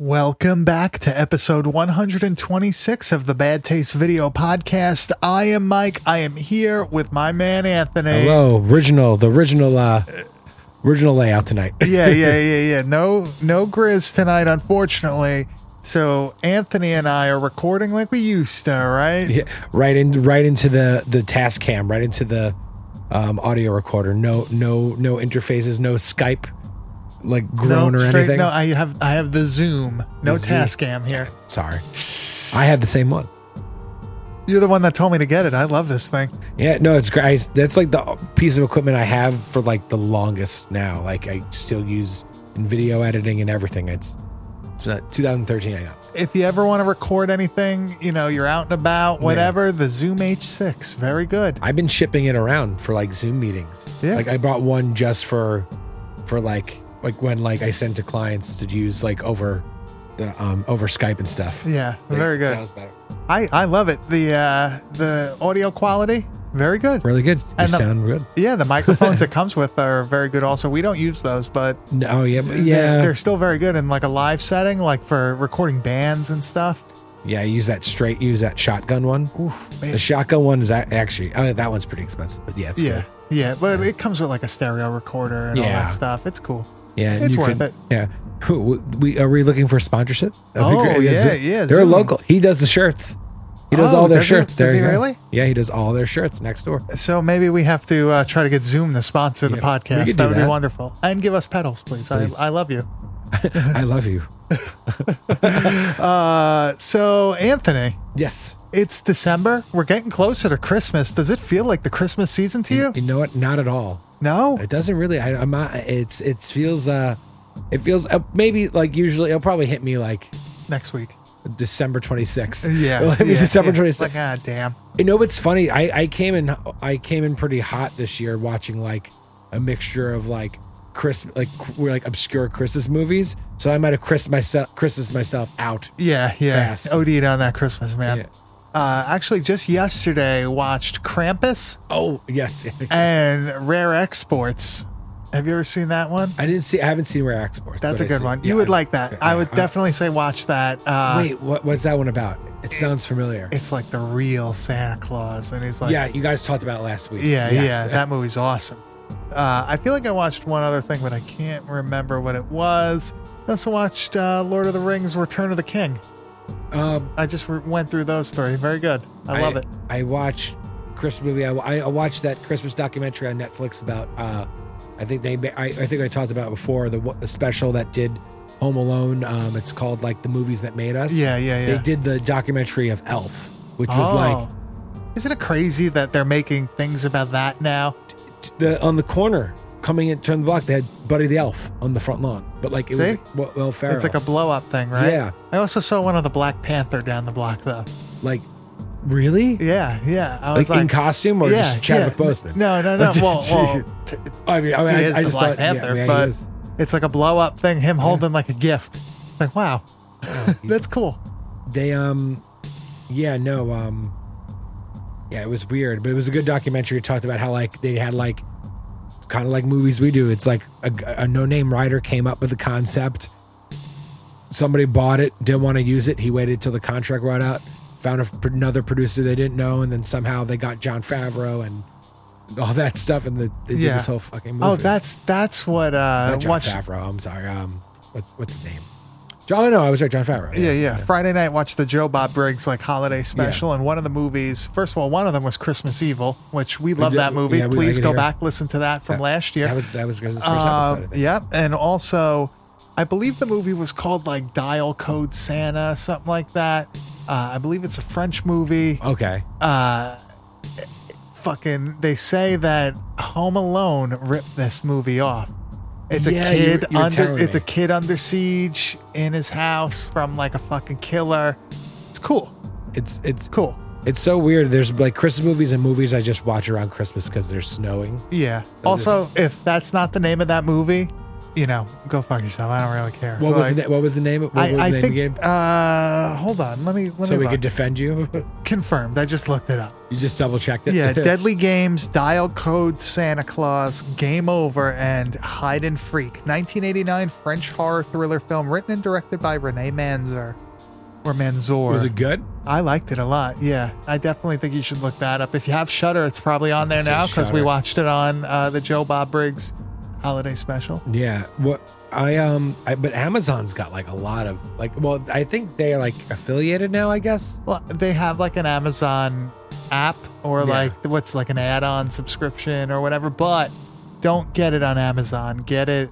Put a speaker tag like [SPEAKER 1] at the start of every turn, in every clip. [SPEAKER 1] Welcome back to episode 126 of the Bad Taste Video Podcast. I am Mike. I am here with my man Anthony.
[SPEAKER 2] Hello, original, the original, uh, original layout tonight.
[SPEAKER 1] yeah, yeah, yeah, yeah. No, no Grizz tonight, unfortunately. So Anthony and I are recording like we used to, right?
[SPEAKER 2] Yeah, right in, right into the the task cam, right into the um, audio recorder. No, no, no interfaces, no Skype, like groan
[SPEAKER 1] no,
[SPEAKER 2] or
[SPEAKER 1] straight-
[SPEAKER 2] anything.
[SPEAKER 1] no, I have I have the Zoom, no
[SPEAKER 2] Zoom.
[SPEAKER 1] Tascam here.
[SPEAKER 2] Sorry, I had the same one.
[SPEAKER 1] You're the one that told me to get it. I love this thing.
[SPEAKER 2] Yeah, no, it's great. I- That's like the piece of equipment I have for like the longest now. Like I still use in video editing and everything. It's, it's uh, not 2013. I got.
[SPEAKER 1] If you ever want to record anything, you know, you're out and about, whatever. The Zoom H6, very good.
[SPEAKER 2] I've been shipping it around for like Zoom meetings.
[SPEAKER 1] Yeah.
[SPEAKER 2] Like I bought one just for for like like when like I send to clients to use like over the um over Skype and stuff.
[SPEAKER 1] Yeah,
[SPEAKER 2] Like,
[SPEAKER 1] very good.
[SPEAKER 2] Sounds better.
[SPEAKER 1] I, I love it. The uh, the audio quality, very good.
[SPEAKER 2] Really good. They
[SPEAKER 1] And the-
[SPEAKER 2] sound good.
[SPEAKER 1] Yeah, the microphones it comes with are very good. Also, we don't use those, but
[SPEAKER 2] No, oh, yeah, but
[SPEAKER 1] they're,
[SPEAKER 2] yeah.
[SPEAKER 1] they're still very good in like a live setting, like for recording bands and stuff.
[SPEAKER 2] yeah, I use that straight use that shotgun one.
[SPEAKER 1] Oof, man.
[SPEAKER 2] The shotgun one is a- actually oh that one's pretty expensive. But yeah, it's
[SPEAKER 1] yeah,
[SPEAKER 2] good.
[SPEAKER 1] yeah, but it comes with like a stereo recorder and all
[SPEAKER 2] Yeah.
[SPEAKER 1] that stuff. It's cool.
[SPEAKER 2] Yeah, and
[SPEAKER 1] It's
[SPEAKER 2] you
[SPEAKER 1] worth
[SPEAKER 2] can-
[SPEAKER 1] it.
[SPEAKER 2] Yeah. Who- We are we looking for sponsorship? That'd be
[SPEAKER 1] Oh,
[SPEAKER 2] great. That's
[SPEAKER 1] yeah,
[SPEAKER 2] it.
[SPEAKER 1] yeah,
[SPEAKER 2] They're
[SPEAKER 1] Zoom.
[SPEAKER 2] local. He does the shirts. He does
[SPEAKER 1] Oh,
[SPEAKER 2] all their
[SPEAKER 1] does he-
[SPEAKER 2] shirts. there
[SPEAKER 1] does
[SPEAKER 2] you
[SPEAKER 1] he
[SPEAKER 2] go.
[SPEAKER 1] really?
[SPEAKER 2] Yeah, he does all their shirts next door.
[SPEAKER 1] So maybe we have to uh, try to get Zoom to sponsor the
[SPEAKER 2] Yeah, we could do
[SPEAKER 1] podcast. That would be
[SPEAKER 2] that.
[SPEAKER 1] wonderful. And give us pedals, please.
[SPEAKER 2] Please.
[SPEAKER 1] I, I love you.
[SPEAKER 2] I love you.
[SPEAKER 1] Uh, so Anthony,
[SPEAKER 2] Yes.
[SPEAKER 1] it's December. We're getting closer to Christmas. Does it feel like the Christmas season to you?
[SPEAKER 2] You know what? Not at all.
[SPEAKER 1] No.
[SPEAKER 2] It doesn't really. I, I'm not. It's. It feels. Uh, it feels uh, maybe like usually it'll probably hit me like
[SPEAKER 1] Next week.
[SPEAKER 2] December 26th.
[SPEAKER 1] Yeah.
[SPEAKER 2] It'll hit me
[SPEAKER 1] yeah,
[SPEAKER 2] December
[SPEAKER 1] yeah.
[SPEAKER 2] 26th.
[SPEAKER 1] Like ah, damn.
[SPEAKER 2] You know what's funny? I, I came in I came in pretty hot this year watching like a mixture of like Chris like we're like obscure Christmas movies. So I might have Chris myself Christmas myself out.
[SPEAKER 1] Yeah, yeah.
[SPEAKER 2] Fast.
[SPEAKER 1] OD'd on that Christmas, man.
[SPEAKER 2] Yeah.
[SPEAKER 1] Uh, actually, just yesterday, watched Krampus
[SPEAKER 2] Oh yes.
[SPEAKER 1] and Rare Exports. Have you ever seen that one?
[SPEAKER 2] I didn't see I haven't seen Rare Exports.
[SPEAKER 1] That's
[SPEAKER 2] but
[SPEAKER 1] a
[SPEAKER 2] I
[SPEAKER 1] good
[SPEAKER 2] see-
[SPEAKER 1] one.
[SPEAKER 2] yeah,
[SPEAKER 1] you would
[SPEAKER 2] I-
[SPEAKER 1] like that.
[SPEAKER 2] yeah,
[SPEAKER 1] I would
[SPEAKER 2] uh,
[SPEAKER 1] definitely say watch that. Uh,
[SPEAKER 2] Wait, what what's that one about? It sounds familiar.
[SPEAKER 1] It's like the real Santa Claus, and he's like,
[SPEAKER 2] yeah, you guys talked about it last week.
[SPEAKER 1] yeah,
[SPEAKER 2] Yes.
[SPEAKER 1] yeah, That movie's awesome. Uh, I feel like I watched one other thing, but I can't remember what it was. I also watched uh, Lord of the Rings: Return of the King.
[SPEAKER 2] um
[SPEAKER 1] I just re- went through those three. Very good. I love it.
[SPEAKER 2] I watched Christmas movie. I, I I watched that Christmas documentary on Netflix about. Uh, I think they. ma- I, I think I talked about it before the, what- the special that did Home Alone. Um, it's called like the movies that made us.
[SPEAKER 1] Yeah, yeah, yeah.
[SPEAKER 2] They did the documentary of Elf, which was like
[SPEAKER 1] isn't Oh. it crazy that they're making things about that now?
[SPEAKER 2] the on the corner coming in turn the block. They had Buddy the Elf on the front lawn, but like it
[SPEAKER 1] See?
[SPEAKER 2] was well, well Ferrell.
[SPEAKER 1] It's like a blow up thing, right?
[SPEAKER 2] Yeah.
[SPEAKER 1] I also saw one of the Black Panther down the block though.
[SPEAKER 2] like really.
[SPEAKER 1] Yeah, yeah. I
[SPEAKER 2] Like,
[SPEAKER 1] was like,
[SPEAKER 2] in costume or
[SPEAKER 1] yeah,
[SPEAKER 2] just Chadwick
[SPEAKER 1] yeah.
[SPEAKER 2] Boseman?
[SPEAKER 1] No, no, no. well, well, t-
[SPEAKER 2] I mean, I, mean,
[SPEAKER 1] he
[SPEAKER 2] I,
[SPEAKER 1] is
[SPEAKER 2] I
[SPEAKER 1] the
[SPEAKER 2] just
[SPEAKER 1] Black
[SPEAKER 2] thought, yeah,
[SPEAKER 1] Panther,
[SPEAKER 2] yeah, he
[SPEAKER 1] but
[SPEAKER 2] is.
[SPEAKER 1] it's like a blow up thing. Him holding like a gift. Like wow,
[SPEAKER 2] Oh,
[SPEAKER 1] that's cool.
[SPEAKER 2] they um yeah no um yeah it was weird but it was a good documentary it talked about how like they had like kind of like movies we do it's like a, a no-name writer came up with the concept somebody bought it didn't want to use it he waited till the contract ran out found a, another producer they didn't know and then somehow they got john favreau and all that stuff and the, they
[SPEAKER 1] Yeah.
[SPEAKER 2] did this whole fucking movie
[SPEAKER 1] Oh, that's that's what. Uh,
[SPEAKER 2] Not john
[SPEAKER 1] watch.
[SPEAKER 2] favreau i'm sorry um what's, what's his name john no i was right john favreau
[SPEAKER 1] Yeah, yeah. Friday night, watched the Joe Bob Briggs like holiday special, and one of the movies. First of all, one of them was Christmas Evil, which we love
[SPEAKER 2] did-
[SPEAKER 1] that movie.
[SPEAKER 2] yeah, we like
[SPEAKER 1] Please
[SPEAKER 2] it
[SPEAKER 1] go
[SPEAKER 2] here.
[SPEAKER 1] back listen to that from last year.
[SPEAKER 2] that was that was his first
[SPEAKER 1] Uh,
[SPEAKER 2] episode I think.
[SPEAKER 1] yep, and also, I believe the movie was called like Dial Code Santa, something like that. Uh, I believe it's a French movie.
[SPEAKER 2] Okay.
[SPEAKER 1] Uh, fucking, they say that Home Alone ripped this movie off. It's
[SPEAKER 2] Yeah,
[SPEAKER 1] a
[SPEAKER 2] you-
[SPEAKER 1] kid
[SPEAKER 2] you were
[SPEAKER 1] under.
[SPEAKER 2] telling
[SPEAKER 1] It's
[SPEAKER 2] me.
[SPEAKER 1] a kid under siege in his house from like a fucking killer. It's cool,
[SPEAKER 2] It's it's
[SPEAKER 1] cool.
[SPEAKER 2] it's so weird. There's like Christmas movies and movies I just watch around Christmas because they're snowing.
[SPEAKER 1] Yeah. also, if that's not the name of that movie, you know, go fuck yourself. I don't really care.
[SPEAKER 2] What was
[SPEAKER 1] Like,
[SPEAKER 2] the, na- what was the name? What was
[SPEAKER 1] I, I
[SPEAKER 2] the name
[SPEAKER 1] think.
[SPEAKER 2] of the game?
[SPEAKER 1] Uh, hold on. Let me let
[SPEAKER 2] So
[SPEAKER 1] me
[SPEAKER 2] we
[SPEAKER 1] look.
[SPEAKER 2] could defend you.
[SPEAKER 1] confirmed. I just looked it up.
[SPEAKER 2] you just double checked it.
[SPEAKER 1] Yeah, Deadly Games, Dial Code Santa Claus, Game Over, and Hide and Freak. 1989 French horror thriller film written and directed by Rene Manzer. Or Manzor.
[SPEAKER 2] was it good?
[SPEAKER 1] I liked it a lot. Yeah, I definitely think you should look that up. If you have Shutter, it's probably on there now because we
[SPEAKER 2] Shudder.
[SPEAKER 1] watched it on uh, the Joe Bob Briggs holiday special.
[SPEAKER 2] Yeah. What I um, I, but Amazon's got like a lot of like. Well, I think they're like affiliated now. I guess.
[SPEAKER 1] Well, they have like an Amazon app or
[SPEAKER 2] Yeah.
[SPEAKER 1] like what's like an add-on subscription or whatever, but don't get it on Amazon. Get it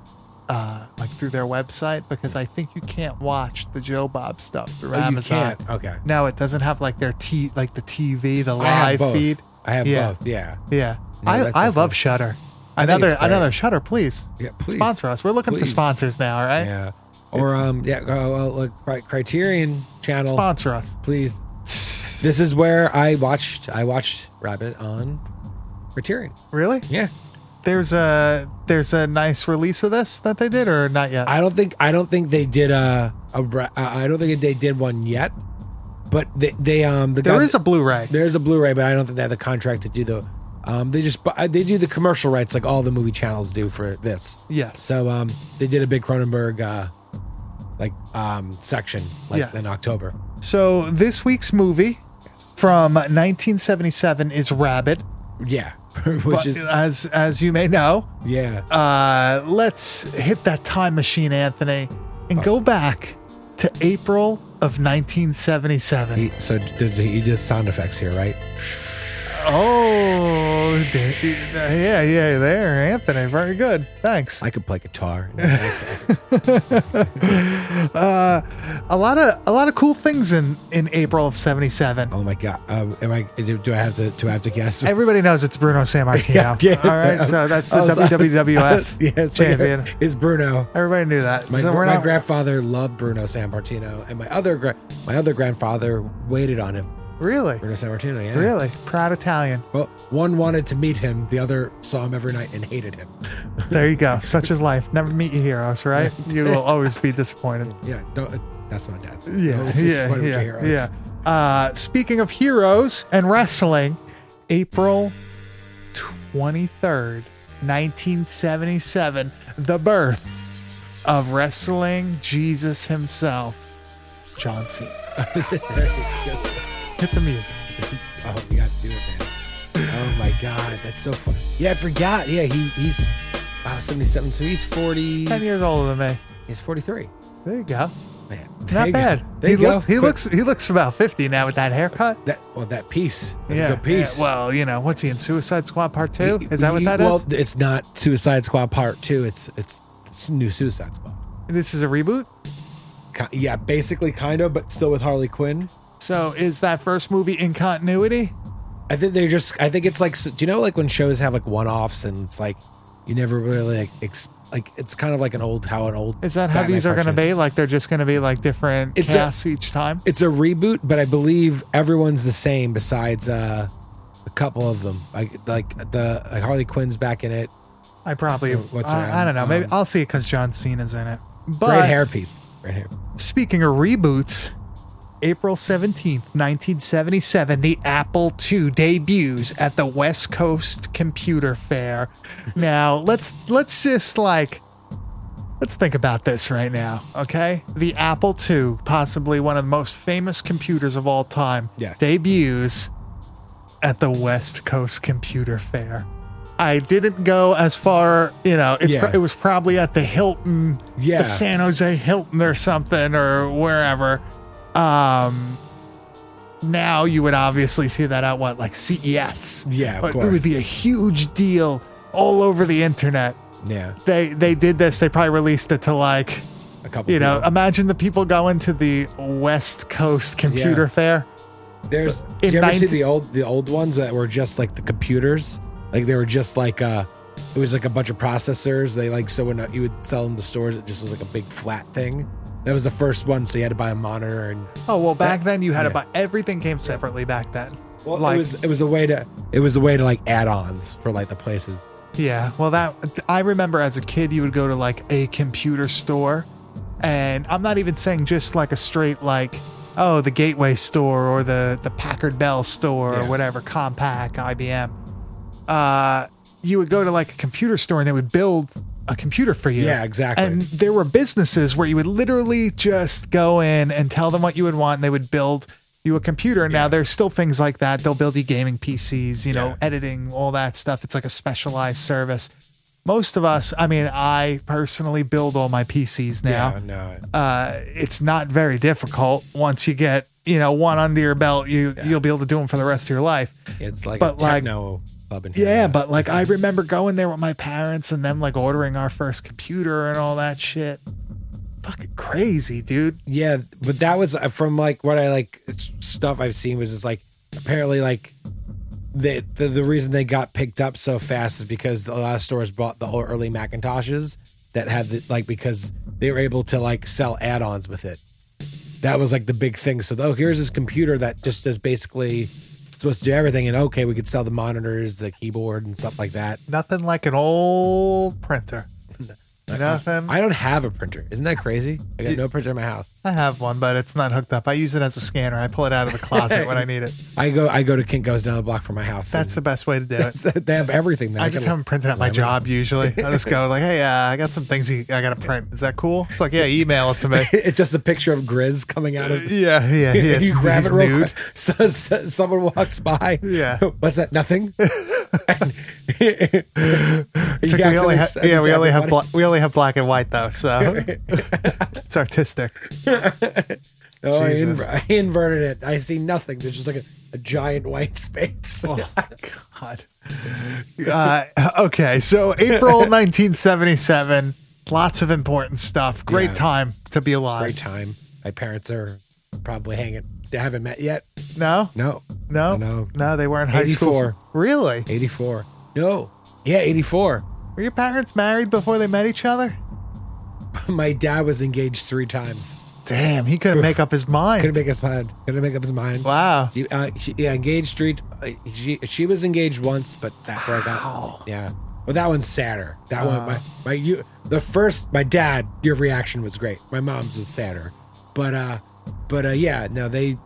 [SPEAKER 1] uh, like through their website because I think you can't watch the Joe Bob stuff through
[SPEAKER 2] Oh,
[SPEAKER 1] Amazon.
[SPEAKER 2] You can't. Okay.
[SPEAKER 1] No, it doesn't have like their t like the TV, the
[SPEAKER 2] I have
[SPEAKER 1] live
[SPEAKER 2] both.
[SPEAKER 1] feed.
[SPEAKER 2] I have
[SPEAKER 1] Yeah.
[SPEAKER 2] both. Yeah.
[SPEAKER 1] Yeah,
[SPEAKER 2] No,
[SPEAKER 1] I
[SPEAKER 2] that's
[SPEAKER 1] I
[SPEAKER 2] definitely-
[SPEAKER 1] love Shutter.
[SPEAKER 2] I think
[SPEAKER 1] Another
[SPEAKER 2] it's great.
[SPEAKER 1] another Shutter, please
[SPEAKER 2] Yeah. Please.
[SPEAKER 1] sponsor us. We're looking for
[SPEAKER 2] Please.
[SPEAKER 1] sponsors now, all right?
[SPEAKER 2] Yeah. Or um, yeah. Oh, well, look, Cri- Criterion Channel,
[SPEAKER 1] Sponsor us.
[SPEAKER 2] please. This is where I watched. I watched Rabbit on Criterion.
[SPEAKER 1] Really?
[SPEAKER 2] Yeah.
[SPEAKER 1] There's a there's a nice release of this that they did or not yet?
[SPEAKER 2] I don't think I don't think they did a, a ra- uh, I don't think they did one yet. But they, they um the
[SPEAKER 1] There
[SPEAKER 2] guy-
[SPEAKER 1] is a Blu-ray.
[SPEAKER 2] there's a Blu-ray, but I don't think they have the contract to do the um they just bu- they do the commercial rights like all the movie channels do for this.
[SPEAKER 1] Yes.
[SPEAKER 2] So um they did a big Cronenberg uh like um section like
[SPEAKER 1] Yes.
[SPEAKER 2] in October.
[SPEAKER 1] So this week's movie from 1977 is Rabbit,
[SPEAKER 2] Yeah. Which
[SPEAKER 1] but
[SPEAKER 2] is
[SPEAKER 1] as as you may know,
[SPEAKER 2] yeah.
[SPEAKER 1] uh, let's hit that time machine, Anthony, and go back to April of 1977.
[SPEAKER 2] He, so does he, he did sound effects here, right?
[SPEAKER 1] Oh, da- yeah, yeah, there, Anthony. Very good. Thanks.
[SPEAKER 2] I could play guitar.
[SPEAKER 1] Uh, A lot of a lot of cool things in in April of '77.
[SPEAKER 2] oh my god. Um, am I do, do I have to do I have to guess?
[SPEAKER 1] Everybody knows it's Bruno Sammartino.
[SPEAKER 2] yeah.
[SPEAKER 1] All right, so that's the
[SPEAKER 2] I was- I was-
[SPEAKER 1] WWF
[SPEAKER 2] Yeah, it's like,
[SPEAKER 1] champion.
[SPEAKER 2] is Bruno.
[SPEAKER 1] Everybody knew that.
[SPEAKER 2] My,
[SPEAKER 1] so we're
[SPEAKER 2] my
[SPEAKER 1] not.
[SPEAKER 2] grandfather loved Bruno Sammartino, and my other gra- my other grandfather waited on him.
[SPEAKER 1] really,
[SPEAKER 2] Bruno Sammartino, yeah.
[SPEAKER 1] really proud Italian.
[SPEAKER 2] Well, one wanted to meet him, the other saw him every night and hated him.
[SPEAKER 1] There you go. Such is life. Never meet your heroes, right? You will always be disappointed.
[SPEAKER 2] Yeah, don't, that's my dad's.
[SPEAKER 1] Yeah,
[SPEAKER 2] Always be
[SPEAKER 1] yeah,
[SPEAKER 2] disappointed with
[SPEAKER 1] yeah,
[SPEAKER 2] your heroes.
[SPEAKER 1] yeah. Uh, speaking of heroes and wrestling, April 23rd, 1977, the birth of wrestling Jesus himself, John Cena. Hit the music.
[SPEAKER 2] Oh, we got to do it, man. Oh my God, that's so fun. Yeah, I forgot. Yeah, he, he's wow, seventy-seven, so he's forty.
[SPEAKER 1] 10 years older than me.
[SPEAKER 2] He's forty-three.
[SPEAKER 1] There you go.
[SPEAKER 2] Man, there
[SPEAKER 1] Not
[SPEAKER 2] you go.
[SPEAKER 1] bad.
[SPEAKER 2] There
[SPEAKER 1] he
[SPEAKER 2] you go.
[SPEAKER 1] looks he
[SPEAKER 2] Quick-
[SPEAKER 1] looks he looks about 50 now with that haircut.
[SPEAKER 2] that. Well, that piece. That's a good piece.
[SPEAKER 1] Well, you know, what's he in Suicide Squad Part 2?
[SPEAKER 2] Y-
[SPEAKER 1] Is that what
[SPEAKER 2] y-
[SPEAKER 1] that is?
[SPEAKER 2] well, it's not Suicide Squad Part Two. It's it's, it's new Suicide Squad.
[SPEAKER 1] This is a reboot?
[SPEAKER 2] Ki- Yeah, basically, kind of, but still with Harley Quinn.
[SPEAKER 1] So is that first movie in continuity?
[SPEAKER 2] I think they're just. I think it's like. s- Do you know like when shows have like one offs and it's like you never really like ex, like it's kind of like an old how an old
[SPEAKER 1] Is that how
[SPEAKER 2] Batman
[SPEAKER 1] these are going to
[SPEAKER 2] cartoon.
[SPEAKER 1] be? Like they're just going to be like different
[SPEAKER 2] It's a-
[SPEAKER 1] casts each time?
[SPEAKER 2] It's a reboot, but I believe everyone's the same besides uh a couple of them. Like like the like Harley Quinn's back in it.
[SPEAKER 1] I probably,
[SPEAKER 2] What's
[SPEAKER 1] I, I
[SPEAKER 2] around?
[SPEAKER 1] don't know. Maybe
[SPEAKER 2] Um,
[SPEAKER 1] I'll see it because John Cena's in it.
[SPEAKER 2] Great
[SPEAKER 1] But
[SPEAKER 2] hairpiece. Great hair.
[SPEAKER 1] speaking of reboots, April 17th, 1977, the Apple II debuts at the West Coast Computer Fair. now, let's let's just like let's think about this right now, okay? The Apple II, possibly one of the most famous computers of all time,
[SPEAKER 2] Yes.
[SPEAKER 1] debuts at the West Coast Computer Fair. I didn't go as far, you know, it's
[SPEAKER 2] Yeah.
[SPEAKER 1] it was probably at the Hilton
[SPEAKER 2] Yeah.
[SPEAKER 1] the San Jose Hilton or something or wherever. Um, now you would obviously see that at what like CES.
[SPEAKER 2] Yeah, of
[SPEAKER 1] but it
[SPEAKER 2] course.
[SPEAKER 1] would be a huge deal all over the internet.
[SPEAKER 2] Yeah,
[SPEAKER 1] They they did this. They probably released it to like
[SPEAKER 2] a couple.
[SPEAKER 1] you know.
[SPEAKER 2] people.
[SPEAKER 1] Imagine the people going to the West Coast Computer
[SPEAKER 2] Yeah.
[SPEAKER 1] Fair.
[SPEAKER 2] There's. Do
[SPEAKER 1] in
[SPEAKER 2] you ever see
[SPEAKER 1] 19
[SPEAKER 2] the old the old ones that were just like the computers? Like they were just like uh, it was like a bunch of processors. They like so when uh, you would sell them to stores, it just was like a big flat thing. That was the first one, so you had to buy a monitor and.
[SPEAKER 1] Oh well, back
[SPEAKER 2] That-
[SPEAKER 1] then you had
[SPEAKER 2] yeah.
[SPEAKER 1] about everything came separately back then.
[SPEAKER 2] it was it was a way to it was a way to like add-ons for like the places.
[SPEAKER 1] Yeah, well, that I remember as a kid, you would go to like a computer store, and I'm not even saying just like a straight like, oh, the Gateway store or the the Packard Bell store
[SPEAKER 2] Yeah.
[SPEAKER 1] or whatever, Compaq, IBM. Uh, you would go to like a computer store and they would build a computer for you.
[SPEAKER 2] Yeah, exactly.
[SPEAKER 1] And there were businesses where you would literally just go in and tell them what you would want, and they would build you a computer. Now there's still things like that. They'll build you gaming PCs, you know,
[SPEAKER 2] Yeah.
[SPEAKER 1] editing, all that stuff. It's like a specialized service. Most of us, I mean, I personally build all my PCs now.
[SPEAKER 2] Yeah, no.
[SPEAKER 1] Uh, it's not very difficult once you get, you know, one under your belt. You you'll be able to do them for the rest of your life.
[SPEAKER 2] It's like
[SPEAKER 1] But,
[SPEAKER 2] a
[SPEAKER 1] like-
[SPEAKER 2] techno club in here.
[SPEAKER 1] Yeah, but like I remember going there with my parents and them like ordering our first computer and all that shit. Fucking crazy, dude.
[SPEAKER 2] yeah, but that was uh, from like what I like it's stuff I've seen was just like apparently like the, the the reason they got picked up so fast is because a lot of stores bought the whole early Macintoshes that had the, like because they were able to like sell add-ons with it. That was like the big thing. So oh, here's this computer that just is basically supposed to do everything, and okay, we could sell the monitors, the keyboard, and stuff like that.
[SPEAKER 1] Nothing like an old printer. Nothing.
[SPEAKER 2] I don't have a printer. Isn't that crazy? I got
[SPEAKER 1] You-
[SPEAKER 2] no printer in my house.
[SPEAKER 1] I have one, but it's not hooked up. I use it as a scanner. I pull it out of the closet when I need it.
[SPEAKER 2] I go I go to Kinko's down the block from my house.
[SPEAKER 1] That's the
[SPEAKER 2] and
[SPEAKER 1] best way to do it.
[SPEAKER 2] that's, they have everything. Now.
[SPEAKER 1] I just
[SPEAKER 2] can-
[SPEAKER 1] haven't printed out my job usually. I just go like, "Hey, uh, I got some things you, I got to print. Is that cool?" It's like, "Yeah, email it to me."
[SPEAKER 2] it's just a picture of Grizz coming out of.
[SPEAKER 1] yeah, Uh, yeah, yeah. It's,
[SPEAKER 2] you grab
[SPEAKER 1] he's
[SPEAKER 2] it real
[SPEAKER 1] nude.
[SPEAKER 2] quick. So, so- someone walks by.
[SPEAKER 1] Yeah.
[SPEAKER 2] What's that? Nothing.
[SPEAKER 1] It's
[SPEAKER 2] uh, You
[SPEAKER 1] like we only
[SPEAKER 2] accidentally
[SPEAKER 1] ha-
[SPEAKER 2] send it
[SPEAKER 1] yeah,
[SPEAKER 2] to
[SPEAKER 1] we only have
[SPEAKER 2] everybody.
[SPEAKER 1] bla- we only have black and white though, so it's artistic.
[SPEAKER 2] Oh, I,
[SPEAKER 1] Jesus.
[SPEAKER 2] inver- I inverted it. I see nothing. There's just like a, a giant white space.
[SPEAKER 1] Oh God. Uh, okay, so April 1977. Lots of important stuff. Great
[SPEAKER 2] Yeah.
[SPEAKER 1] time to be alive.
[SPEAKER 2] Great time. My parents are probably hanging. They haven't met yet.
[SPEAKER 1] No,
[SPEAKER 2] No.
[SPEAKER 1] no,
[SPEAKER 2] No.
[SPEAKER 1] no. They were in high school.
[SPEAKER 2] 84.
[SPEAKER 1] Really?
[SPEAKER 2] 84. No. Yeah, 84.
[SPEAKER 1] Were your parents married before they met each other?
[SPEAKER 2] My dad was engaged three times.
[SPEAKER 1] Damn, he couldn't make up his
[SPEAKER 2] Couldn't
[SPEAKER 1] mind.
[SPEAKER 2] make up his mind. Couldn't make up his mind.
[SPEAKER 1] Wow.
[SPEAKER 2] She, uh, she, yeah, engaged three. Uh, she she was engaged once, but that broke up. Yeah, well, that one's sadder. That one,
[SPEAKER 1] Uh.
[SPEAKER 2] my my you the first my dad. Your reaction was great. My mom's was sadder, but uh, but uh, yeah, no, they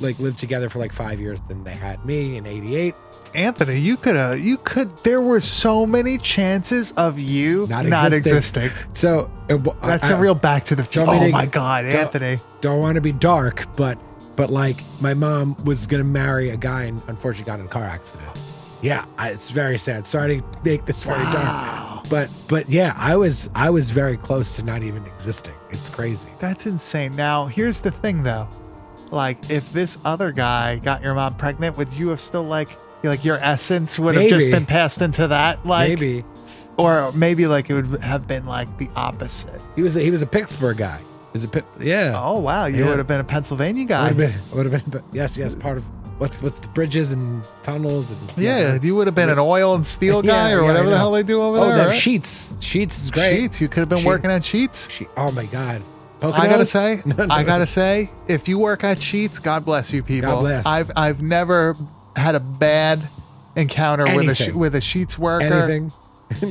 [SPEAKER 2] like lived together for like five years. Then they had me in '88.
[SPEAKER 1] Anthony, you could have, you could, there were so many chances of you not,
[SPEAKER 2] Not
[SPEAKER 1] existing.
[SPEAKER 2] existing. So uh, w- I-
[SPEAKER 1] That's
[SPEAKER 2] I-
[SPEAKER 1] a real back to the future.
[SPEAKER 2] Don't mean
[SPEAKER 1] Oh
[SPEAKER 2] to-
[SPEAKER 1] my God,
[SPEAKER 2] don't-
[SPEAKER 1] Anthony.
[SPEAKER 2] Don't want to be dark, but but like my mom was gonna marry a guy and unfortunately got in a car accident. Yeah, I, it's very sad. Sorry to make this very dark, but but yeah, I was I was very close to not even existing. It's crazy.
[SPEAKER 1] That's insane. Now, here's the thing though. Like, if this other guy got your mom pregnant, would you have still, like, like your essence would have just
[SPEAKER 2] Maybe.
[SPEAKER 1] been passed into that? Like,
[SPEAKER 2] Maybe
[SPEAKER 1] Or maybe, like, it would have been, like, the opposite.
[SPEAKER 2] he was a, he was a Pittsburgh guy. He was a Pit- yeah.
[SPEAKER 1] Oh, wow. You
[SPEAKER 2] Yeah.
[SPEAKER 1] would have been a Pennsylvania
[SPEAKER 2] would
[SPEAKER 1] guy.
[SPEAKER 2] have been would have been yes yes part of what's what's the bridges and tunnels and
[SPEAKER 1] yeah, you would have been an oil and steel
[SPEAKER 2] Yeah,
[SPEAKER 1] guy or
[SPEAKER 2] yeah,
[SPEAKER 1] whatever
[SPEAKER 2] I
[SPEAKER 1] the
[SPEAKER 2] know.
[SPEAKER 1] hell they do over
[SPEAKER 2] oh
[SPEAKER 1] there.
[SPEAKER 2] them
[SPEAKER 1] right?
[SPEAKER 2] sheets sheets is great
[SPEAKER 1] Sheets. You could have been
[SPEAKER 2] Sheet-
[SPEAKER 1] working at Sheets.
[SPEAKER 2] She- oh my god
[SPEAKER 1] I gotta
[SPEAKER 2] Poconos?
[SPEAKER 1] say,
[SPEAKER 2] No, no,
[SPEAKER 1] I
[SPEAKER 2] no.
[SPEAKER 1] gotta say, if you work at Sheets, God bless you, people.
[SPEAKER 2] God bless.
[SPEAKER 1] I've I've never had a bad encounter with a she-
[SPEAKER 2] Anything.
[SPEAKER 1] with a Sheets worker.
[SPEAKER 2] anything.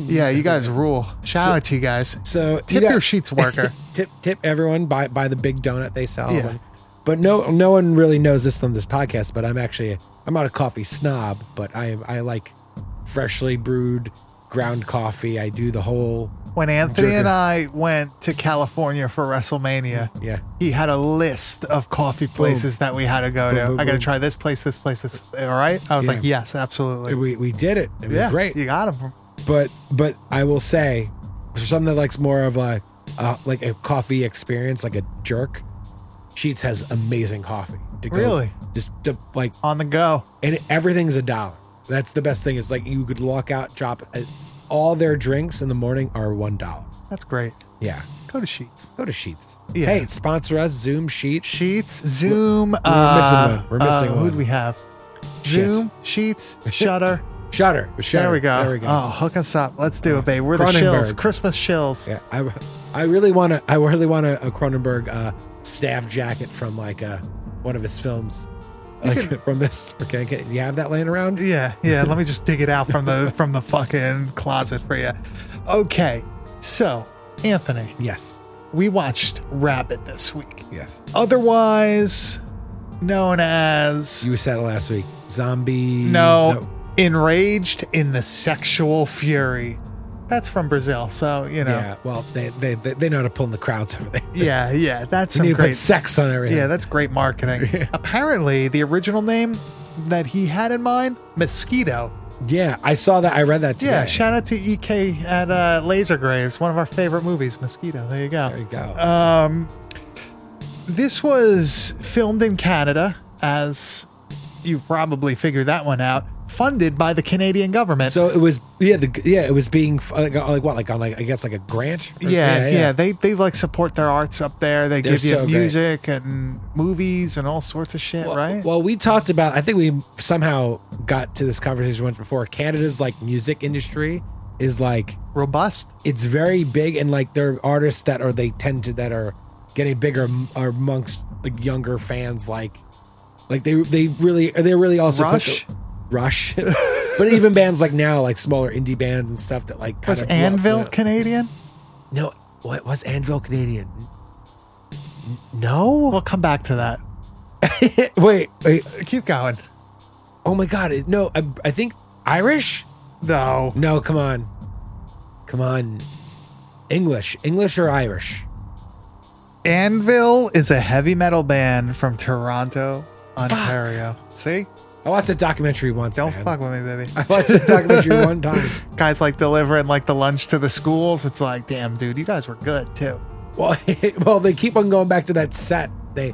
[SPEAKER 1] Yeah, you guys rule. Shout out to you guys.
[SPEAKER 2] So you
[SPEAKER 1] Tip
[SPEAKER 2] got-
[SPEAKER 1] your Sheets worker.
[SPEAKER 2] tip tip everyone buy buy the big donut they sell.
[SPEAKER 1] Yeah.
[SPEAKER 2] But no no one really knows this on this podcast. But I'm actually I'm not a coffee snob, but I I like freshly brewed ground coffee. I do the whole
[SPEAKER 1] When Anthony and
[SPEAKER 2] Jerker.
[SPEAKER 1] I went to California for WrestleMania,
[SPEAKER 2] yeah.
[SPEAKER 1] he had a list of coffee places that we had to go to.
[SPEAKER 2] boom,
[SPEAKER 1] I gotta
[SPEAKER 2] boom.
[SPEAKER 1] try this place, this place, this. All right, I was
[SPEAKER 2] Yeah.
[SPEAKER 1] like, yes, absolutely.
[SPEAKER 2] We we did it. It was
[SPEAKER 1] yeah,
[SPEAKER 2] great.
[SPEAKER 1] You got him.
[SPEAKER 2] but but I will say, for someone that likes more of a uh, like a coffee experience, like a jerk, Sheets has amazing coffee. To go-
[SPEAKER 1] Really?
[SPEAKER 2] just to, like
[SPEAKER 1] on the go.
[SPEAKER 2] and everything's a dollar. That's the best thing. It's like you could walk out, drop it. all their drinks in the morning are one dollar.
[SPEAKER 1] That's great.
[SPEAKER 2] Yeah,
[SPEAKER 1] Go to Sheets.
[SPEAKER 2] go to Sheets.
[SPEAKER 1] Yeah.
[SPEAKER 2] Hey, sponsor us, Zoom Sheets.
[SPEAKER 1] Sheets, Zoom. We're,
[SPEAKER 2] missing one. We're missing
[SPEAKER 1] Who
[SPEAKER 2] one.
[SPEAKER 1] do we have?
[SPEAKER 2] Shit.
[SPEAKER 1] Zoom, Sheets, Shutter.
[SPEAKER 2] Shutter. Shutter.
[SPEAKER 1] There we go.
[SPEAKER 2] There we go.
[SPEAKER 1] Oh, hook us up. Let's do it, babe. We're the
[SPEAKER 2] Cronenberg.
[SPEAKER 1] shills. Christmas shills.
[SPEAKER 2] Yeah, I, I really want to. I really want a, a Cronenberg uh, staff jacket from like uh, one of his films. like from this. Can, can you have that laying around?
[SPEAKER 1] Yeah, yeah. let me just dig it out from the from the fucking closet for you. Okay, so Anthony,
[SPEAKER 2] Yes,
[SPEAKER 1] we watched Rabbit this week,
[SPEAKER 2] yes.
[SPEAKER 1] otherwise known as
[SPEAKER 2] You said it last week. Zombie.
[SPEAKER 1] no, enraged in the sexual fury. That's from Brazil, so you know. Yeah,
[SPEAKER 2] Yeah. Well, they they they they know how to pull in the crowds over there.
[SPEAKER 1] yeah. that's
[SPEAKER 2] They
[SPEAKER 1] some
[SPEAKER 2] need to put
[SPEAKER 1] great.
[SPEAKER 2] sex on everything.
[SPEAKER 1] Yeah, that's great marketing. Apparently, the original name that he had in mind, Mosquito.
[SPEAKER 2] yeah. I saw that. I read that. Today.
[SPEAKER 1] Yeah, shout out to EK at uh, Laser Graves, one of our favorite movies, Mosquito. There you go.
[SPEAKER 2] There you go.
[SPEAKER 1] Uh, This was filmed in Canada, as you probably figured that one out, funded by the Canadian government.
[SPEAKER 2] so it was yeah the yeah it was being f- like, uh, like what like on like I guess like a grant. Or-
[SPEAKER 1] yeah, yeah, They they like support their arts up there. They
[SPEAKER 2] They're
[SPEAKER 1] give you
[SPEAKER 2] so great.
[SPEAKER 1] music and movies and all sorts of shit,
[SPEAKER 2] Well,
[SPEAKER 1] right?
[SPEAKER 2] Well, we talked about. I think we somehow got to this conversation once before. Canada's like music industry is like
[SPEAKER 1] Robust.
[SPEAKER 2] it's very big, and like there are artists that are they tend to that are getting bigger m- are amongst like younger fans. Like, like they they really they're really also
[SPEAKER 1] Rush?
[SPEAKER 2] Rush, but even bands like now like smaller indie bands and stuff that like kind
[SPEAKER 1] Was
[SPEAKER 2] of blew up,
[SPEAKER 1] Anvil
[SPEAKER 2] you know?
[SPEAKER 1] Canadian?
[SPEAKER 2] No, what was Anvil Canadian? N- No,
[SPEAKER 1] We'll come back to that.
[SPEAKER 2] wait, wait.
[SPEAKER 1] Keep going.
[SPEAKER 2] Oh my God, it- no, I, I think Irish.
[SPEAKER 1] No.
[SPEAKER 2] No, come on, come on. English, English or Irish?
[SPEAKER 1] Anvil is a heavy metal band from Toronto, Ontario. See?
[SPEAKER 2] I watched a documentary once.
[SPEAKER 1] Don't
[SPEAKER 2] man.
[SPEAKER 1] fuck with me, baby.
[SPEAKER 2] I watched a documentary one time.
[SPEAKER 1] Guys like delivering like the lunch to the schools. It's like, damn, dude, you guys were good too.
[SPEAKER 2] Well, well, they keep on going back to that set. They,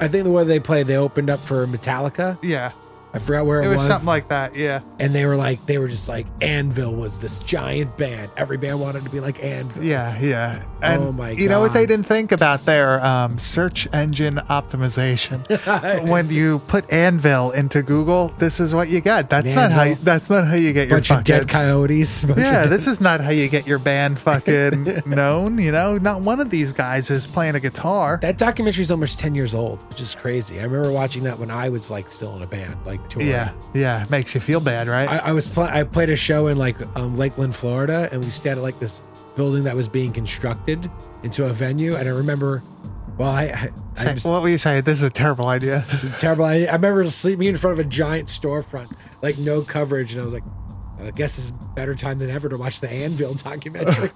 [SPEAKER 2] I think the way they played, they opened up for Metallica.
[SPEAKER 1] Yeah.
[SPEAKER 2] I forgot where it,
[SPEAKER 1] It was something like that. Yeah.
[SPEAKER 2] and they were like, they were just like, Anvil was this giant band. Every band wanted to be like Anvil.
[SPEAKER 1] Yeah. Yeah. And
[SPEAKER 2] Oh my
[SPEAKER 1] you know what they
[SPEAKER 2] God.
[SPEAKER 1] didn't think about their um, search engine optimization. when you put Anvil into Google, this is what you get. That's not how you,
[SPEAKER 2] Anvil.
[SPEAKER 1] that's not how you get your
[SPEAKER 2] bunch of
[SPEAKER 1] fucking
[SPEAKER 2] dead coyotes. Bunch
[SPEAKER 1] Yeah,
[SPEAKER 2] of dead-
[SPEAKER 1] this is not how you get your band fucking known, you know? Not one of these guys is playing a guitar.
[SPEAKER 2] that documentary is almost ten years old, which is crazy. I remember watching that when I was like still in a band, like touring.
[SPEAKER 1] Yeah, yeah, makes you feel bad, right?
[SPEAKER 2] I, I was pl- I played a show in like um, Lakeland, Florida, and we stayed at like this building that was being constructed into a venue. And I remember, well, I, I, I
[SPEAKER 1] Say-
[SPEAKER 2] just,
[SPEAKER 1] what were you saying? This is a terrible idea.
[SPEAKER 2] it was terrible. I, I remember sleeping in front of a giant storefront, like no coverage, and I was like, I guess it's better time than ever to watch the Anvil documentary.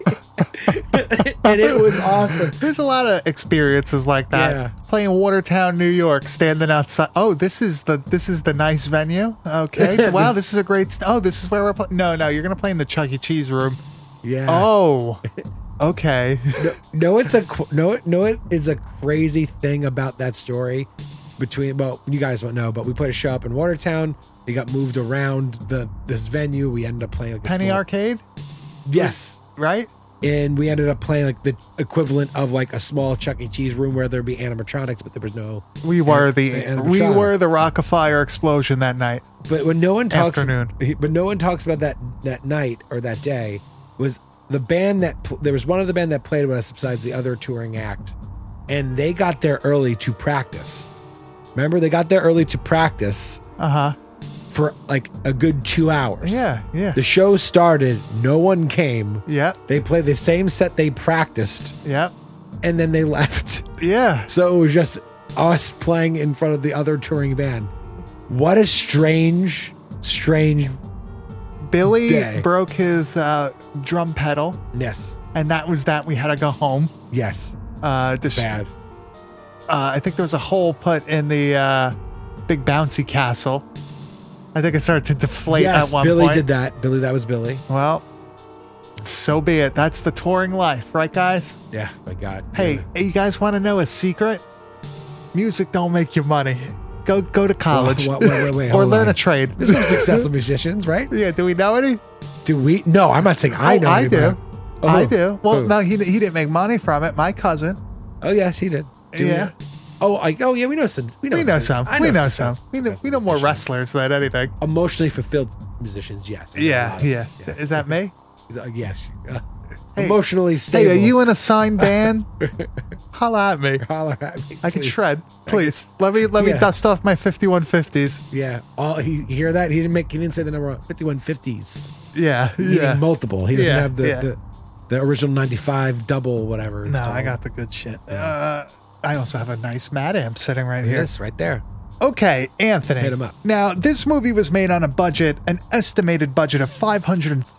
[SPEAKER 2] and it was awesome.
[SPEAKER 1] There's a lot of experiences like that.
[SPEAKER 2] Yeah.
[SPEAKER 1] Playing Watertown, New York, standing outside. Oh, this is the this is the nice venue. Okay, wow, this is a great. St- oh, this is where we're playing. No, no, you're gonna play in the Chuck E. Cheese room.
[SPEAKER 2] Yeah.
[SPEAKER 1] Oh, okay.
[SPEAKER 2] No, it's a qu- no. No, it is a crazy thing about that story. Between well, you guys won't know, but we put a show up in Watertown. They got moved around the this venue. We ended up playing like a
[SPEAKER 1] Penny
[SPEAKER 2] small-
[SPEAKER 1] Arcade,
[SPEAKER 2] Yes,
[SPEAKER 1] right?
[SPEAKER 2] and we ended up playing like the equivalent of like a small Chuck E. Cheese room where there'd be animatronics, but there was no.
[SPEAKER 1] We were the
[SPEAKER 2] and
[SPEAKER 1] we
[SPEAKER 2] Shadow.
[SPEAKER 1] were the Rockafire explosion that night.
[SPEAKER 2] But when no one talks,
[SPEAKER 1] Afternoon.
[SPEAKER 2] but no one talks about that that night or that day was the band that pl- there was one of the band that played with us besides the other touring act, and they got there early to practice. Remember, they got there early to practice
[SPEAKER 1] Uh huh.
[SPEAKER 2] for like a good two hours.
[SPEAKER 1] Yeah, yeah.
[SPEAKER 2] The show started. No one came.
[SPEAKER 1] Yep,
[SPEAKER 2] They played the same set they practiced,
[SPEAKER 1] yep,
[SPEAKER 2] and then they left.
[SPEAKER 1] yeah.
[SPEAKER 2] So it was just us playing in front of the other touring band. What a strange, strange
[SPEAKER 1] Billy
[SPEAKER 2] Day.
[SPEAKER 1] broke his uh, drum pedal,
[SPEAKER 2] Yes.
[SPEAKER 1] and that was that. We had to go home.
[SPEAKER 2] Yes.
[SPEAKER 1] Uh, dis- uh,
[SPEAKER 2] Bad.
[SPEAKER 1] I think there was a hole put in the uh, big bouncy castle. I think it started to deflate
[SPEAKER 2] yes,
[SPEAKER 1] at one
[SPEAKER 2] Billy
[SPEAKER 1] point.
[SPEAKER 2] did that. Billy, that was Billy.
[SPEAKER 1] Well, so be it. That's the touring life, right, guys?
[SPEAKER 2] Yeah. My God.
[SPEAKER 1] Hey,
[SPEAKER 2] Yeah.
[SPEAKER 1] hey, you guys want to know a secret? Music don't make you money. Go go to college
[SPEAKER 2] Wha- wha- wait, wait, wait,
[SPEAKER 1] or
[SPEAKER 2] hold
[SPEAKER 1] learn
[SPEAKER 2] on.
[SPEAKER 1] a trade.
[SPEAKER 2] There's some successful musicians, right?
[SPEAKER 1] Yeah, do we know any?
[SPEAKER 2] Do we? No, I'm not saying I
[SPEAKER 1] Oh,
[SPEAKER 2] know.
[SPEAKER 1] I
[SPEAKER 2] anybody.
[SPEAKER 1] do.
[SPEAKER 2] Oh,
[SPEAKER 1] I
[SPEAKER 2] who?
[SPEAKER 1] do. Well,
[SPEAKER 2] Who?
[SPEAKER 1] no, he, he didn't make money from it. My cousin.
[SPEAKER 2] Oh yes, he did. Do we?
[SPEAKER 1] Yeah.
[SPEAKER 2] Oh, I, oh yeah, we know some. We know,
[SPEAKER 1] We know some.
[SPEAKER 2] I
[SPEAKER 1] we know some.
[SPEAKER 2] success-
[SPEAKER 1] We know, we know more
[SPEAKER 2] successful musicians.
[SPEAKER 1] wrestlers than anything.
[SPEAKER 2] Emotionally fulfilled musicians. Yes. I know a
[SPEAKER 1] Yeah,
[SPEAKER 2] lot of-
[SPEAKER 1] yeah.
[SPEAKER 2] yes.
[SPEAKER 1] Is that me?
[SPEAKER 2] Uh, yes. Uh, emotionally
[SPEAKER 1] Hey,
[SPEAKER 2] stable.
[SPEAKER 1] are you in a signed band? Holla at me.
[SPEAKER 2] Holler at me,
[SPEAKER 1] I can
[SPEAKER 2] please.
[SPEAKER 1] shred, please. Let me let me
[SPEAKER 2] Yeah.
[SPEAKER 1] dust off my 5150s.
[SPEAKER 2] Yeah. All he you hear that he didn't make he didn't say the number fifty one fifties.
[SPEAKER 1] Yeah,
[SPEAKER 2] Yeah.
[SPEAKER 1] yeah.
[SPEAKER 2] Multiple. He doesn't
[SPEAKER 1] Yeah,
[SPEAKER 2] have the,
[SPEAKER 1] yeah.
[SPEAKER 2] the the original ninety five double whatever. it's
[SPEAKER 1] No, I
[SPEAKER 2] called.
[SPEAKER 1] got the good shit. Uh, I also have a nice Mad Amp sitting right here.
[SPEAKER 2] Yes, right there.
[SPEAKER 1] Okay, Anthony.
[SPEAKER 2] Hit 'em up.
[SPEAKER 1] Now, this movie was made on a budget, an estimated budget of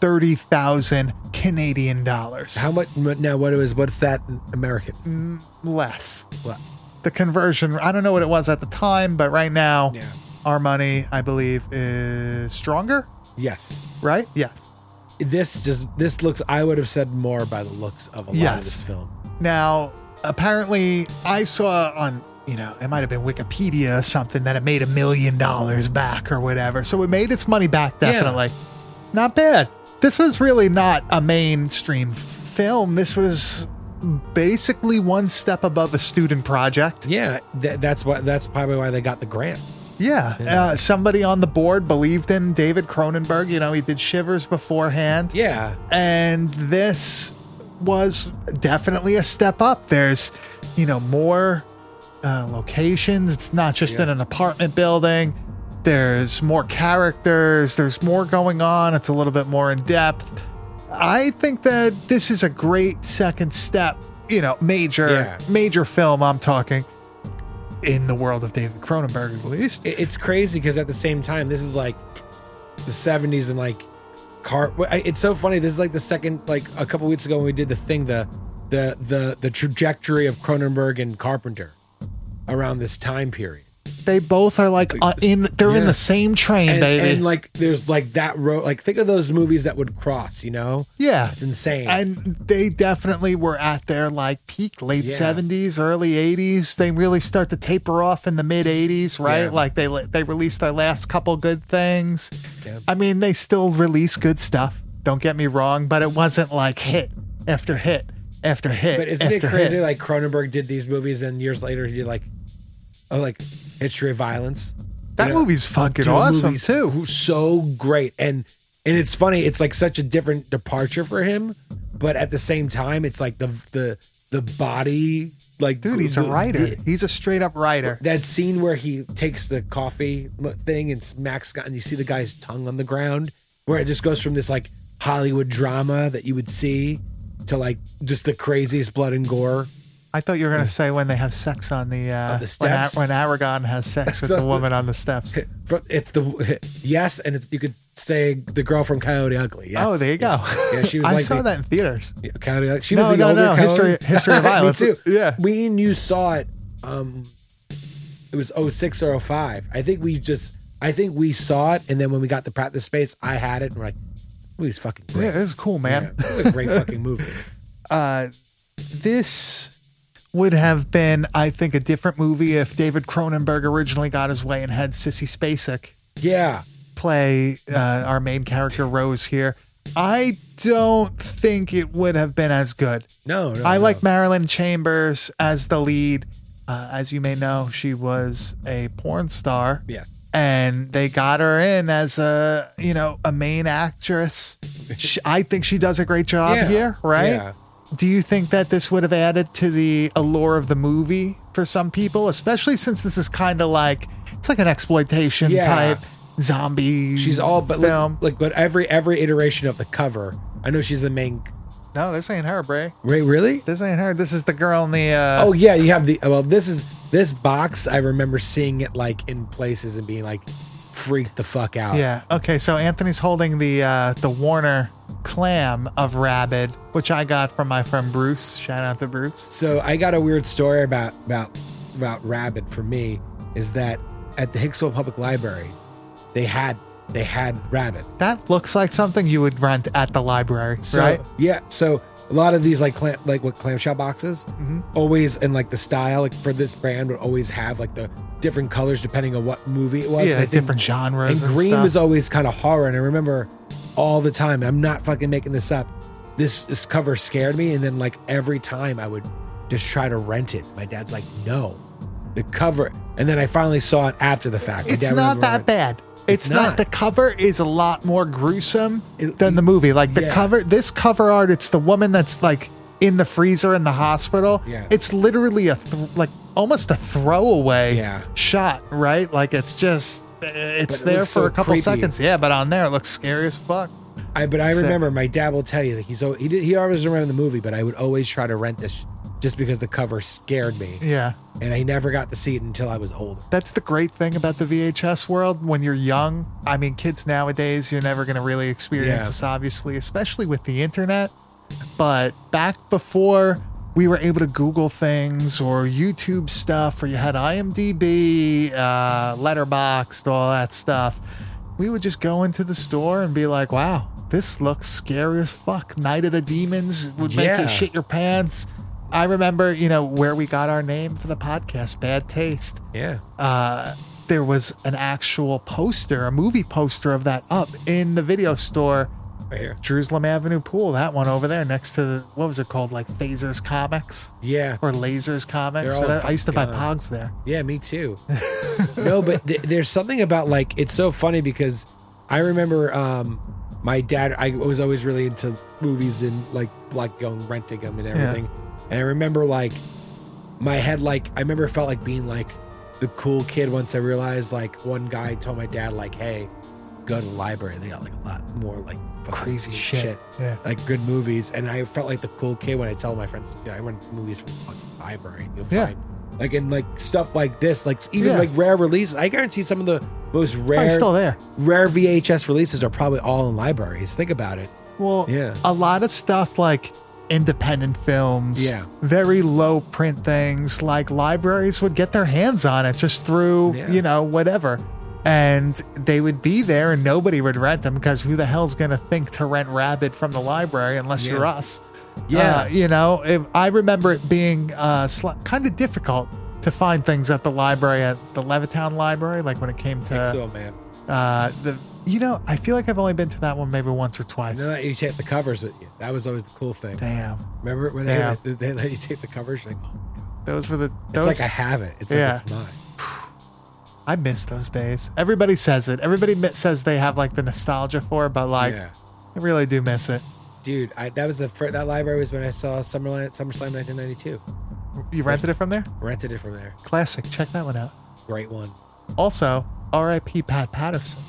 [SPEAKER 1] 530,000 Canadian dollars.
[SPEAKER 2] How much now? What is what's that in
[SPEAKER 1] Mm.
[SPEAKER 2] American?
[SPEAKER 1] Less.
[SPEAKER 2] What?
[SPEAKER 1] The conversion, I don't know what it was at the time, but right now,
[SPEAKER 2] Yeah.
[SPEAKER 1] our money, I believe, is stronger,
[SPEAKER 2] Yes.
[SPEAKER 1] right? Yes.
[SPEAKER 2] This just this looks. I would have said more by the looks of a lot
[SPEAKER 1] Yes.
[SPEAKER 2] of this film.
[SPEAKER 1] Now, apparently, I saw on, you know, it might have been Wikipedia or something that it made a million dollars back or whatever. So it made its money back,
[SPEAKER 2] Yeah.
[SPEAKER 1] definitely. Not bad. This was really not a mainstream film. This was basically one step above a student project.
[SPEAKER 2] Yeah, th- that's why. That's probably why they got the grant.
[SPEAKER 1] Yeah. Uh, somebody on the board believed in David Cronenberg. You know, he did Shivers beforehand.
[SPEAKER 2] Yeah,
[SPEAKER 1] and this was definitely a step up. There's, you know, more uh, locations. It's not just in an apartment building. There's more characters. There's more going on. It's a little bit more in depth. I think that this is a great second step. You know, major
[SPEAKER 2] Yeah.
[SPEAKER 1] major film. I'm talking in the world of David Cronenberg, at least.
[SPEAKER 2] It- it's crazy because at the same time, this is like the '70s and like car. I- It's so funny. This is like the second, like a couple weeks ago when we did the thing, the the the the trajectory of Cronenberg and Carpenter around this time period.
[SPEAKER 1] They both are like uh, in. They're in
[SPEAKER 2] Yeah.
[SPEAKER 1] the same train,
[SPEAKER 2] And,
[SPEAKER 1] baby.
[SPEAKER 2] and like there's like that road. Like think of those movies that would cross. You know,
[SPEAKER 1] yeah,
[SPEAKER 2] it's insane.
[SPEAKER 1] and they definitely were at their like peak late
[SPEAKER 2] Yeah.
[SPEAKER 1] 70s early 80s they really start to taper off in the mid 80s right
[SPEAKER 2] Yeah.
[SPEAKER 1] like they they released their last couple good things
[SPEAKER 2] Yeah.
[SPEAKER 1] i mean they still release good stuff don't get me wrong but it wasn't like hit after hit after hit
[SPEAKER 2] But isn't it
[SPEAKER 1] after
[SPEAKER 2] crazy?
[SPEAKER 1] hit.
[SPEAKER 2] Like Cronenberg did these movies, and years later he did like, oh, like History of Violence.
[SPEAKER 1] that
[SPEAKER 2] You know?
[SPEAKER 1] movie's fucking
[SPEAKER 2] Dude, the
[SPEAKER 1] awesome
[SPEAKER 2] movie's
[SPEAKER 1] too
[SPEAKER 2] who's So great, and and it's funny. It's like such a different departure for him, but at the same time, it's like the the the body like
[SPEAKER 1] dude he's a
[SPEAKER 2] the-
[SPEAKER 1] writer
[SPEAKER 2] the-
[SPEAKER 1] he's a straight up writer
[SPEAKER 2] that scene where he takes the coffee mo- thing and smacks guy, and you see the guy's tongue on the ground, where it just goes from this like Hollywood drama that you would see to like just the craziest blood and gore.
[SPEAKER 1] i thought you were going to say when they have sex on the uh
[SPEAKER 2] the
[SPEAKER 1] when, A-
[SPEAKER 2] steps?
[SPEAKER 1] when aragon has sex with
[SPEAKER 2] So-
[SPEAKER 1] the woman on the steps
[SPEAKER 2] Fro- It's the yes, and it's you could say the girl from Coyote Ugly. Yes.
[SPEAKER 1] oh there you go
[SPEAKER 2] Yeah, she was
[SPEAKER 1] i
[SPEAKER 2] like
[SPEAKER 1] saw
[SPEAKER 2] the-
[SPEAKER 1] that in theaters
[SPEAKER 2] Yeah, Coyote Ugly. She
[SPEAKER 1] No,
[SPEAKER 2] was the
[SPEAKER 1] no,
[SPEAKER 2] older
[SPEAKER 1] no,
[SPEAKER 2] Coyote.
[SPEAKER 1] History- History of
[SPEAKER 2] Me
[SPEAKER 1] Violence.
[SPEAKER 2] too.
[SPEAKER 1] Yeah.
[SPEAKER 2] we and you saw it. Um, it was 06 or 05. I think we just. I think we saw it, and then when we got the practice space, I had it, and we're like, "Movie's fucking great."
[SPEAKER 1] Yeah, it was cool,
[SPEAKER 2] Yeah,
[SPEAKER 1] man.
[SPEAKER 2] it was a great fucking movie.
[SPEAKER 1] Uh, this would have been, I think, a different movie if David Cronenberg originally got his way and had Sissy Spacek
[SPEAKER 2] Yeah,
[SPEAKER 1] play uh, our main character Rose here. I don't think it would have been as good.
[SPEAKER 2] no, no
[SPEAKER 1] I
[SPEAKER 2] no.
[SPEAKER 1] like Marilyn Chambers as the lead. Uh, as you may know, she was a porn star.
[SPEAKER 2] Yeah,
[SPEAKER 1] and they got her in as a you know a main actress. She, I think she does a great job
[SPEAKER 2] Yeah.
[SPEAKER 1] here, right?
[SPEAKER 2] Yeah.
[SPEAKER 1] Do you think that this would have added to the allure of the movie for some people, especially since this is kind of like it's like an exploitation
[SPEAKER 2] Yeah.
[SPEAKER 1] type zombie?
[SPEAKER 2] she's all but
[SPEAKER 1] film.
[SPEAKER 2] like, like, but every every iteration of the cover. I know she's the main.
[SPEAKER 1] no, this ain't her, Bray.
[SPEAKER 2] Wait, really?
[SPEAKER 1] This ain't her. This is the girl in the. Uh,
[SPEAKER 2] Oh yeah, you have the well. This is this box. I remember seeing it like in places and being like freaked the fuck out.
[SPEAKER 1] Yeah. Okay. So Anthony's holding the uh, the Warner clam of Rabid, which I got from my friend Bruce. Shout out to Bruce.
[SPEAKER 2] So I got a weird story about about about rabbit for me is that at the Hicksville Public Library, they had they had rabbit.
[SPEAKER 1] That looks like something you would rent at the library,
[SPEAKER 2] So,
[SPEAKER 1] right?
[SPEAKER 2] Yeah. So a lot of these like clam, like what clamshell boxes
[SPEAKER 1] Mm-hmm.
[SPEAKER 2] always and like the style like for this brand would always have like the different colors depending on what movie it was.
[SPEAKER 1] Yeah,
[SPEAKER 2] And I
[SPEAKER 1] like
[SPEAKER 2] think
[SPEAKER 1] different genres
[SPEAKER 2] and
[SPEAKER 1] and,
[SPEAKER 2] green
[SPEAKER 1] stuff.
[SPEAKER 2] was always kind of horror and i remember all the time i'm not fucking making this up this this cover scared me and then like every time i would just try to rent it my dad's like no the cover and then i finally saw it after the fact My
[SPEAKER 1] it's
[SPEAKER 2] dad
[SPEAKER 1] not
[SPEAKER 2] remembered
[SPEAKER 1] that
[SPEAKER 2] it.
[SPEAKER 1] bad. It's,
[SPEAKER 2] It's
[SPEAKER 1] not.
[SPEAKER 2] not.
[SPEAKER 1] the cover is a lot more gruesome
[SPEAKER 2] It-
[SPEAKER 1] than the movie. Like the
[SPEAKER 2] yeah.
[SPEAKER 1] cover, this cover art, it's the woman that's like in the freezer in the hospital.
[SPEAKER 2] Yeah.
[SPEAKER 1] It's literally a th- like almost a throwaway
[SPEAKER 2] Yeah.
[SPEAKER 1] shot, right? Like it's just eh, it's
[SPEAKER 2] it
[SPEAKER 1] there
[SPEAKER 2] looks
[SPEAKER 1] for
[SPEAKER 2] so
[SPEAKER 1] a couple
[SPEAKER 2] creepy.
[SPEAKER 1] seconds. Yeah, but on there it looks scary as fuck.
[SPEAKER 2] I but I
[SPEAKER 1] Sick.
[SPEAKER 2] remember my dad will tell you like he's al- he did, he always remember the movie, but I would always try to rent this just because the cover scared me,
[SPEAKER 1] Yeah.
[SPEAKER 2] and I never got to see it until I was older.
[SPEAKER 1] That's the great thing about the VHS world. When you're young, I mean, kids nowadays, you're never going to really experience
[SPEAKER 2] Yeah.
[SPEAKER 1] this, obviously, especially with the internet. But back before we were able to Google things or YouTube stuff, or you had IMDb, uh, Letterboxd, all that stuff, we would just go into the store and be like, wow, this looks scary as fuck. Night of the Demons would make
[SPEAKER 2] Yeah.
[SPEAKER 1] you shit your pants. I remember, you know, where we got our name for the podcast, Bad Taste
[SPEAKER 2] Yeah,
[SPEAKER 1] uh, there was an actual poster, a movie poster of that up in the video store,
[SPEAKER 2] right here.
[SPEAKER 1] Jerusalem Avenue Pool. That one over there next to the, what was it called? Like Phasers Comics
[SPEAKER 2] Yeah,
[SPEAKER 1] or Lasers Comics.
[SPEAKER 2] They're all
[SPEAKER 1] whatever. I used to buy
[SPEAKER 2] fucking-
[SPEAKER 1] Pogs there.
[SPEAKER 2] yeah, me too. no, but th- there's something about like it's so funny because I remember um my dad. I was always really into movies and like like going renting them and everything, and I remember like my head like I remember it felt like being like the cool kid once I realized like one guy told my dad like hey go to the library and they got like a lot more like fucking
[SPEAKER 1] Crazy
[SPEAKER 2] cool
[SPEAKER 1] shit. Yeah.
[SPEAKER 2] like good movies and I felt like the cool kid when I tell my friends you know, I went to movies from the fucking library and you'll
[SPEAKER 1] Yeah.
[SPEAKER 2] find like and like stuff like this like even
[SPEAKER 1] Yeah.
[SPEAKER 2] like rare releases I guarantee some of the most
[SPEAKER 1] Oh,
[SPEAKER 2] rare
[SPEAKER 1] it's still there.
[SPEAKER 2] rare VHS releases are probably all in libraries think about it
[SPEAKER 1] Well,
[SPEAKER 2] Yeah.
[SPEAKER 1] a lot of stuff like independent films,
[SPEAKER 2] Yeah.
[SPEAKER 1] very low print things, like libraries would get their hands on it just through,
[SPEAKER 2] Yeah.
[SPEAKER 1] you know, whatever. And they would be there and nobody would rent them because who the hell's going to think to rent Rabbit from the library unless
[SPEAKER 2] Yeah.
[SPEAKER 1] you're us?
[SPEAKER 2] Yeah.
[SPEAKER 1] Uh, you know, if, I remember it being uh, sl- kind of difficult to find things at the library, at the Levittown Library, like when it came to
[SPEAKER 2] so man
[SPEAKER 1] uh, the. You know, I feel like I've only been to that one maybe once or twice.
[SPEAKER 2] and then I used to take the covers with you that was always the cool thing
[SPEAKER 1] Damn.
[SPEAKER 2] remember when
[SPEAKER 1] Yeah.
[SPEAKER 2] they, they let you take the covers You're like oh,
[SPEAKER 1] Those were the.
[SPEAKER 2] it's
[SPEAKER 1] Those,
[SPEAKER 2] like I have it it's
[SPEAKER 1] Yeah.
[SPEAKER 2] like it's mine
[SPEAKER 1] I miss those days. Everybody says it. Everybody mi- says they have like the nostalgia for, it, but like
[SPEAKER 2] yeah.
[SPEAKER 1] I really do miss it.
[SPEAKER 2] Dude, I, that was the fir- that library was when I saw Summerland, SummerSlam 1992.
[SPEAKER 1] You rented it from there?
[SPEAKER 2] Rented it from there.
[SPEAKER 1] Classic. Check that one out.
[SPEAKER 2] Great one.
[SPEAKER 1] Also, R.I.P. Pat Patterson.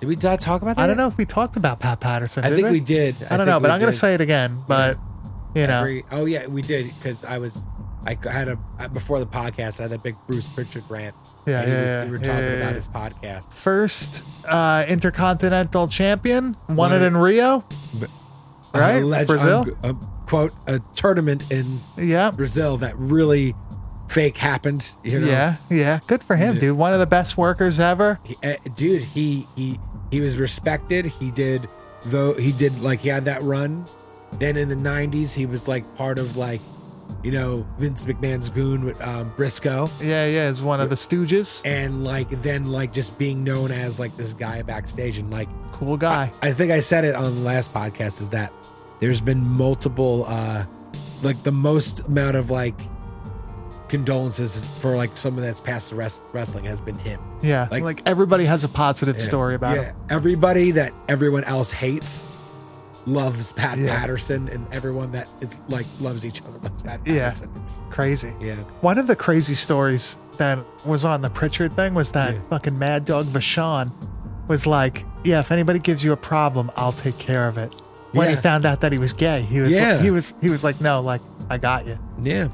[SPEAKER 2] Did we not talk about that?
[SPEAKER 1] I don't know if we talked about Pat Patterson.
[SPEAKER 2] I
[SPEAKER 1] did
[SPEAKER 2] think we did.
[SPEAKER 1] I don't know, but I'm gonna say it again. But you know,
[SPEAKER 2] oh yeah, we did because I was I had a I- before the podcast I had that big Bruce Pritchard rant.
[SPEAKER 1] Yeah,
[SPEAKER 2] and he
[SPEAKER 1] yeah,
[SPEAKER 2] was-
[SPEAKER 1] yeah,
[SPEAKER 2] We were
[SPEAKER 1] yeah,
[SPEAKER 2] talking
[SPEAKER 1] yeah, yeah.
[SPEAKER 2] about his podcast.
[SPEAKER 1] first uh, intercontinental champion won it in Rio. Right?
[SPEAKER 2] Alleged-
[SPEAKER 1] Brazil?
[SPEAKER 2] um, quote a tournament in
[SPEAKER 1] Yeah,
[SPEAKER 2] Brazil that really fake happened. You know?
[SPEAKER 1] yeah, yeah. Good for him,
[SPEAKER 2] Yeah.
[SPEAKER 1] dude. One of the best workers ever.
[SPEAKER 2] He- uh, dude he he he was respected he did though he did like he had that run then in the 90s he was like part of like you know vince mcmahon's goon with um, briscoe
[SPEAKER 1] Yeah, yeah. Is one of the Stooges.
[SPEAKER 2] and like then like just being known as like this guy backstage and like
[SPEAKER 1] Cool guy.
[SPEAKER 2] i think i said it on the last podcast is that there's been multiple uh like the most amount of like condolences for like someone that's passed the rest wrestling has been him
[SPEAKER 1] Yeah, like,
[SPEAKER 2] Like-
[SPEAKER 1] everybody has a positive story about
[SPEAKER 2] yeah.
[SPEAKER 1] him.
[SPEAKER 2] Everybody that everyone else hates loves Pat
[SPEAKER 1] Yeah.
[SPEAKER 2] Patterson, and everyone that is like loves each other loves Pat
[SPEAKER 1] Yeah.
[SPEAKER 2] Patterson. It's,
[SPEAKER 1] Crazy.
[SPEAKER 2] yeah.
[SPEAKER 1] One of the crazy stories that was on the Pritchard thing was that
[SPEAKER 2] Yeah.
[SPEAKER 1] fucking Mad Dog Vachon was like, "Yeah, if anybody gives you a problem, I'll take care of it." When he
[SPEAKER 2] Yeah.
[SPEAKER 1] found out that he was gay, he was
[SPEAKER 2] Yeah.
[SPEAKER 1] he was he was like, "No, like I got you."
[SPEAKER 2] Yeah.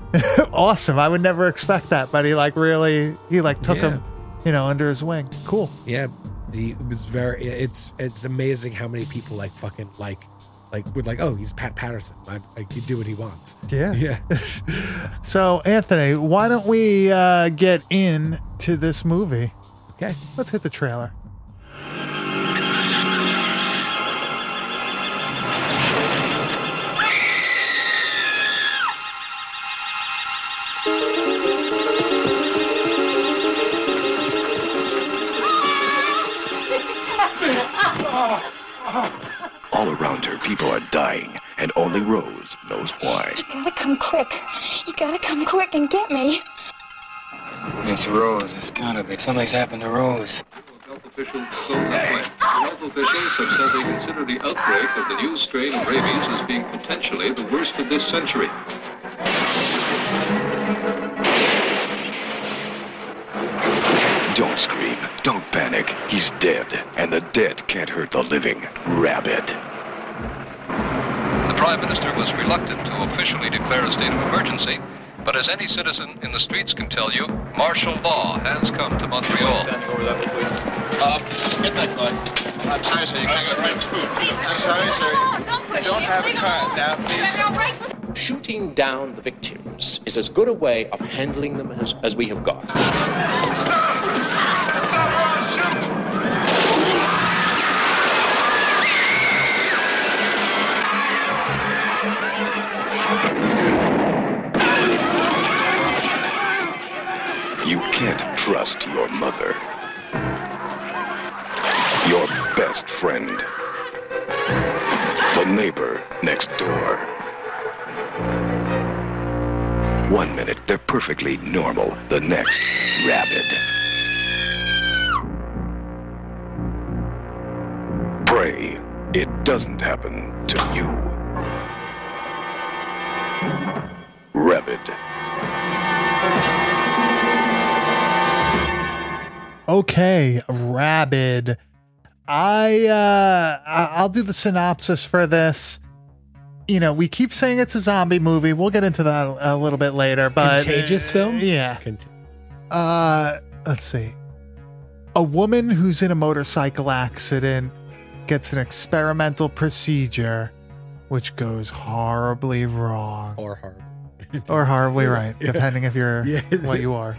[SPEAKER 1] awesome. I would never expect that, but he like really he like took
[SPEAKER 2] Yeah.
[SPEAKER 1] him, you know, under his wing. Cool.
[SPEAKER 2] Yeah. The, it was very, it's, it's amazing how many people like fucking like, like would like, oh, he's Pat Patterson. I, like, you do what he wants.
[SPEAKER 1] Yeah.
[SPEAKER 2] Yeah.
[SPEAKER 1] So Anthony, why don't we uh, get in to this movie?
[SPEAKER 2] okay.
[SPEAKER 1] Let's hit the trailer.
[SPEAKER 3] All around her, people are dying, and only Rose knows why.
[SPEAKER 4] You gotta come quick. You gotta come quick and get me.
[SPEAKER 5] Miss Rose, it's gotta be. Something's happened to Rose. officials so complained. Health officials have said they consider the outbreak of the new strain of rabies as being potentially the worst of this century.
[SPEAKER 3] Don't scream. Don't panic. He's dead, and the dead can't hurt the living. Rabbit.
[SPEAKER 5] The Prime Minister was reluctant to officially declare a state of emergency, but as any citizen in the streets can tell you, martial law has come to Montreal.
[SPEAKER 6] Uh, get that guy. I'm sorry, sir. You can't go I'm sorry, sir.
[SPEAKER 7] Don't
[SPEAKER 6] I
[SPEAKER 7] push
[SPEAKER 6] don't
[SPEAKER 7] him.
[SPEAKER 6] have a
[SPEAKER 7] Leave him
[SPEAKER 6] car.
[SPEAKER 7] alone.
[SPEAKER 6] Now, please.
[SPEAKER 7] They'll break the
[SPEAKER 8] Shooting down the victims is as good a way of handling them as, as we have got.
[SPEAKER 3] You can't trust your mother. Your best friend. The neighbor next door. One minute, they're perfectly normal. The next, rabid. Pray it doesn't happen to you. Rabid.
[SPEAKER 1] Okay, Rabid. I uh I- I'll do the synopsis for this. You know, we keep saying it's a zombie movie. We'll get into that a a little bit later, but
[SPEAKER 2] Contagious film?
[SPEAKER 1] Uh, Yeah.
[SPEAKER 2] Cont-
[SPEAKER 1] Uh, let's see. A woman who's in a motorcycle accident gets an experimental procedure which goes horribly wrong
[SPEAKER 2] or horrible.
[SPEAKER 1] or horribly right, depending if you're
[SPEAKER 2] Yeah.
[SPEAKER 1] what you are.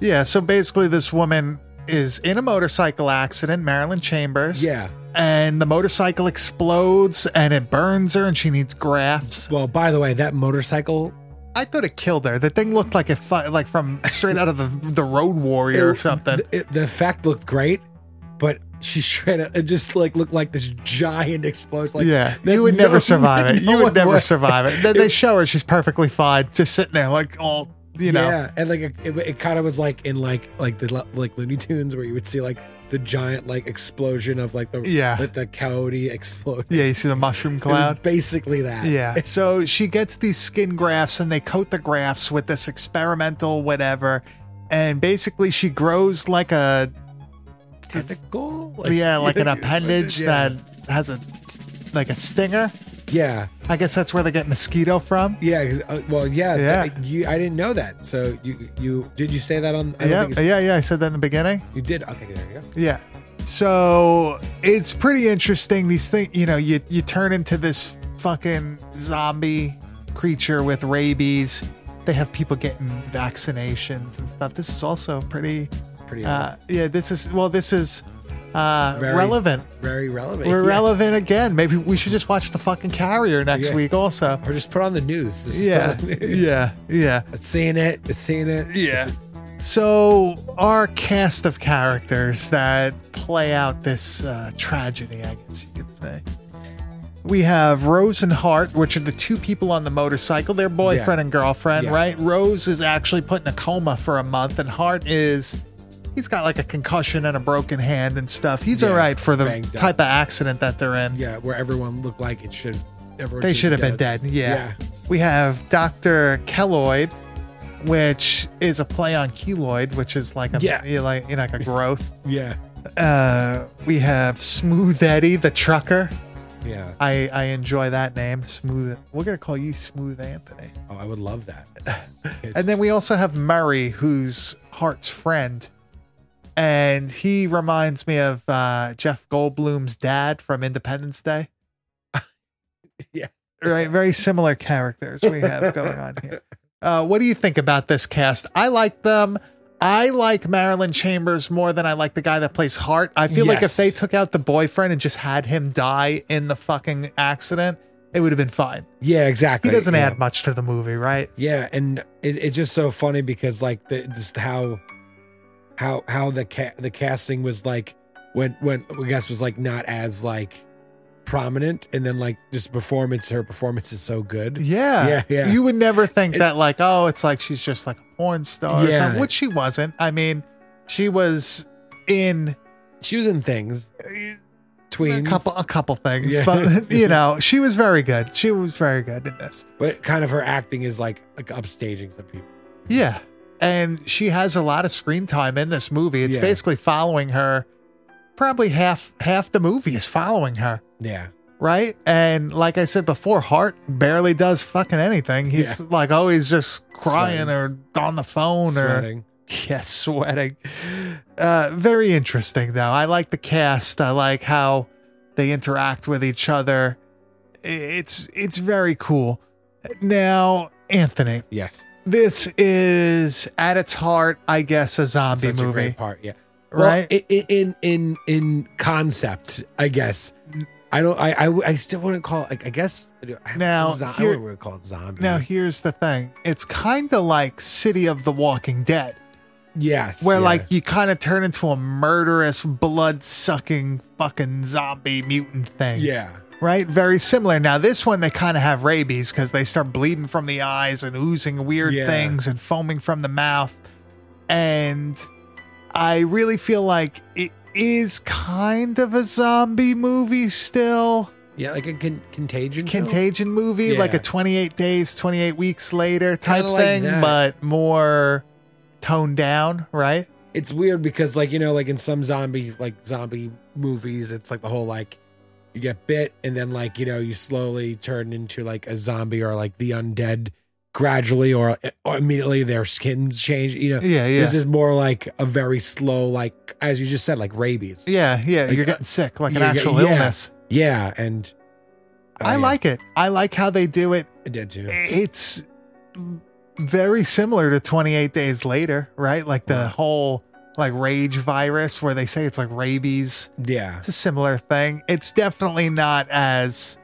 [SPEAKER 1] Yeah, so basically this woman is in a motorcycle accident, Marilyn Chambers,
[SPEAKER 2] yeah.
[SPEAKER 1] and the motorcycle explodes and it burns her and she needs grafts.
[SPEAKER 2] Well, by the way, that motorcycle
[SPEAKER 1] I thought it killed her. The thing looked like it fu- like from straight out of the the Road Warrior or
[SPEAKER 2] it-
[SPEAKER 1] something.
[SPEAKER 2] th- it- The, effect looked great, but she straight up it just like looked like this giant explosion. Like,
[SPEAKER 1] yeah,
[SPEAKER 2] that
[SPEAKER 1] you would
[SPEAKER 2] no-
[SPEAKER 1] never survive it.
[SPEAKER 2] no
[SPEAKER 1] You
[SPEAKER 2] one
[SPEAKER 1] would never
[SPEAKER 2] would.
[SPEAKER 1] survive it. Then they show her; she's perfectly fine, just sitting there, like all you know.
[SPEAKER 2] Yeah, and like it, it, it kind of was like in like like the lo- like Looney Tunes where you would see like the giant like explosion of like the
[SPEAKER 1] Yeah.
[SPEAKER 2] like the coyote explode.
[SPEAKER 1] Yeah, you see the mushroom
[SPEAKER 2] It was
[SPEAKER 1] cloud.
[SPEAKER 2] basically that.
[SPEAKER 1] Yeah. So she gets these skin grafts and they coat the grafts with this experimental whatever. And basically she grows like a
[SPEAKER 2] Tentacle?
[SPEAKER 1] yeah, like an appendage
[SPEAKER 2] yeah.
[SPEAKER 1] that has a like a stinger.
[SPEAKER 2] yeah
[SPEAKER 1] I guess that's where they get mosquito from.
[SPEAKER 2] yeah 'cause, uh, well yeah
[SPEAKER 1] Yeah.
[SPEAKER 2] th- you I didn't know that so you you did you say that on I don't
[SPEAKER 1] Yeah,
[SPEAKER 2] think it's-
[SPEAKER 1] yeah, yeah. I said that in the beginning.
[SPEAKER 2] you did okay there you go
[SPEAKER 1] Yeah. So it's pretty interesting. These things, you know, you you turn into this fucking zombie creature with rabies. They have people getting vaccinations and stuff. This is also pretty.
[SPEAKER 2] pretty
[SPEAKER 1] Uh, yeah, this is well, this is uh,
[SPEAKER 2] Very-
[SPEAKER 1] relevant.
[SPEAKER 2] very relevant
[SPEAKER 1] We're
[SPEAKER 2] Yeah.
[SPEAKER 1] relevant again. Maybe we should just watch the fucking Carrier next
[SPEAKER 2] Yeah.
[SPEAKER 1] week, also.
[SPEAKER 2] or just put on the news Just
[SPEAKER 1] Yeah,
[SPEAKER 2] put on the news.
[SPEAKER 1] yeah, yeah.
[SPEAKER 2] It's seeing it it's seeing it
[SPEAKER 1] Yeah. So our cast of characters that play out this uh, tragedy, I guess you could say. We have Rose and Hart, which are the two people on the motorcycle. They're boyfriend
[SPEAKER 2] Yeah.
[SPEAKER 1] and girlfriend,
[SPEAKER 2] Yeah.
[SPEAKER 1] right? Rose is actually put in a coma for a month, and Hart is. He's got like a concussion and a broken hand and stuff. He's
[SPEAKER 2] Yeah,
[SPEAKER 1] all right for the
[SPEAKER 2] banged up.
[SPEAKER 1] type of accident that they're in.
[SPEAKER 2] yeah where everyone looked like it should everyone
[SPEAKER 1] They should have been dead. Yeah. We have Dr. Keloid, which is a play on keloid, which is like a
[SPEAKER 2] Yeah.
[SPEAKER 1] you know, like you know, like a growth.
[SPEAKER 2] yeah
[SPEAKER 1] Uh, we have Smooth Eddie the trucker.
[SPEAKER 2] yeah yeah
[SPEAKER 1] I I enjoy that name, Smooth. We're gonna call you Smooth Anthony.
[SPEAKER 2] oh I would love that
[SPEAKER 1] And then we also have Murray, who's Hart's friend, and he reminds me of uh, Jeff Goldblum's dad from Independence Day.
[SPEAKER 2] Yeah.
[SPEAKER 1] right. Very similar characters we have going on here. Uh, what do you think about this cast? I like them. I like Marilyn Chambers more than I like the guy that plays Hart. I feel like if
[SPEAKER 2] Yes.
[SPEAKER 1] they took out the boyfriend and just had him die in the fucking accident, it would have been fine.
[SPEAKER 2] yeah exactly
[SPEAKER 1] He doesn't
[SPEAKER 2] yeah.
[SPEAKER 1] add much to the movie, right?
[SPEAKER 2] Yeah, and it, it's just so funny because like the, just how how how the ca- the casting was like when when I guess was like not as like prominent, and then like just performance her performance is so good.
[SPEAKER 1] Yeah.
[SPEAKER 2] Yeah, yeah.
[SPEAKER 1] You would never think
[SPEAKER 2] It-
[SPEAKER 1] that, like, oh, it's like she's just like a porn star or
[SPEAKER 2] Yeah.
[SPEAKER 1] something, which she wasn't. I mean, she was in
[SPEAKER 2] She was in things. Tweens.
[SPEAKER 1] a couple a couple things,
[SPEAKER 2] Yeah.
[SPEAKER 1] but you know, she was very good. She was very good in this.
[SPEAKER 2] But kind of her acting is like like upstaging some people.
[SPEAKER 1] Yeah. And she has a lot of screen time in this movie. It's
[SPEAKER 2] Yeah.
[SPEAKER 1] basically following her. Probably half half the movie is following her,
[SPEAKER 2] Yeah.
[SPEAKER 1] right? And like I said before, Hart barely does fucking anything. He's like always just crying or on the phone or
[SPEAKER 2] Sweating.
[SPEAKER 1] Yes, sweating. Uh, very interesting, though. I like the cast. I like how they interact with each other. I- It's it's very cool. Now, Anthony,
[SPEAKER 2] Yes.
[SPEAKER 1] this is at its heart, I guess, a zombie
[SPEAKER 2] Such a
[SPEAKER 1] movie,
[SPEAKER 2] great part. Yeah.
[SPEAKER 1] right?
[SPEAKER 2] Well, i- i- in in in concept, I guess. I don't. I I, w- I still wouldn't call. Like, I guess. I,
[SPEAKER 1] Now,
[SPEAKER 2] zo- I
[SPEAKER 1] here-
[SPEAKER 2] wouldn't call it zombie.
[SPEAKER 1] now, here's the thing: it's kind of like City of the Walking Dead,
[SPEAKER 2] yes.
[SPEAKER 1] where
[SPEAKER 2] yeah.
[SPEAKER 1] like you kind of turn into a murderous, blood-sucking, fucking zombie mutant thing.
[SPEAKER 2] Yeah.
[SPEAKER 1] right? Very similar. Now, this one, they kind of have rabies because they start bleeding from the eyes and oozing weird
[SPEAKER 2] Yeah.
[SPEAKER 1] things and foaming from the mouth. And I really feel like it is kind of a zombie movie still,
[SPEAKER 2] Yeah. Like a con- contagion. film?
[SPEAKER 1] contagion movie, like
[SPEAKER 2] Yeah.
[SPEAKER 1] a 28 days, 28 weeks later type
[SPEAKER 2] Kinda like
[SPEAKER 1] thing,
[SPEAKER 2] that.
[SPEAKER 1] but more toned down, right?
[SPEAKER 2] it's weird because like you know like in some zombie like zombie movies it's like the whole like you get bit and then like you know you slowly turn into like a zombie or like the undead gradually or, or immediately their skins change you know
[SPEAKER 1] Yeah, yeah.
[SPEAKER 2] this is more like a very slow like as you just said like rabies
[SPEAKER 1] yeah, yeah.
[SPEAKER 2] Like,
[SPEAKER 1] you're
[SPEAKER 2] uh,
[SPEAKER 1] getting sick, like an
[SPEAKER 2] you're get-
[SPEAKER 1] actual
[SPEAKER 2] yeah.
[SPEAKER 1] illness.
[SPEAKER 2] yeah and uh,
[SPEAKER 1] I
[SPEAKER 2] yeah,
[SPEAKER 1] like it. I like how they do it.
[SPEAKER 2] I did too
[SPEAKER 1] it's very similar to 28 days later right like the whole like rage virus where they say it's like rabies
[SPEAKER 2] yeah
[SPEAKER 1] it's a similar thing it's definitely not as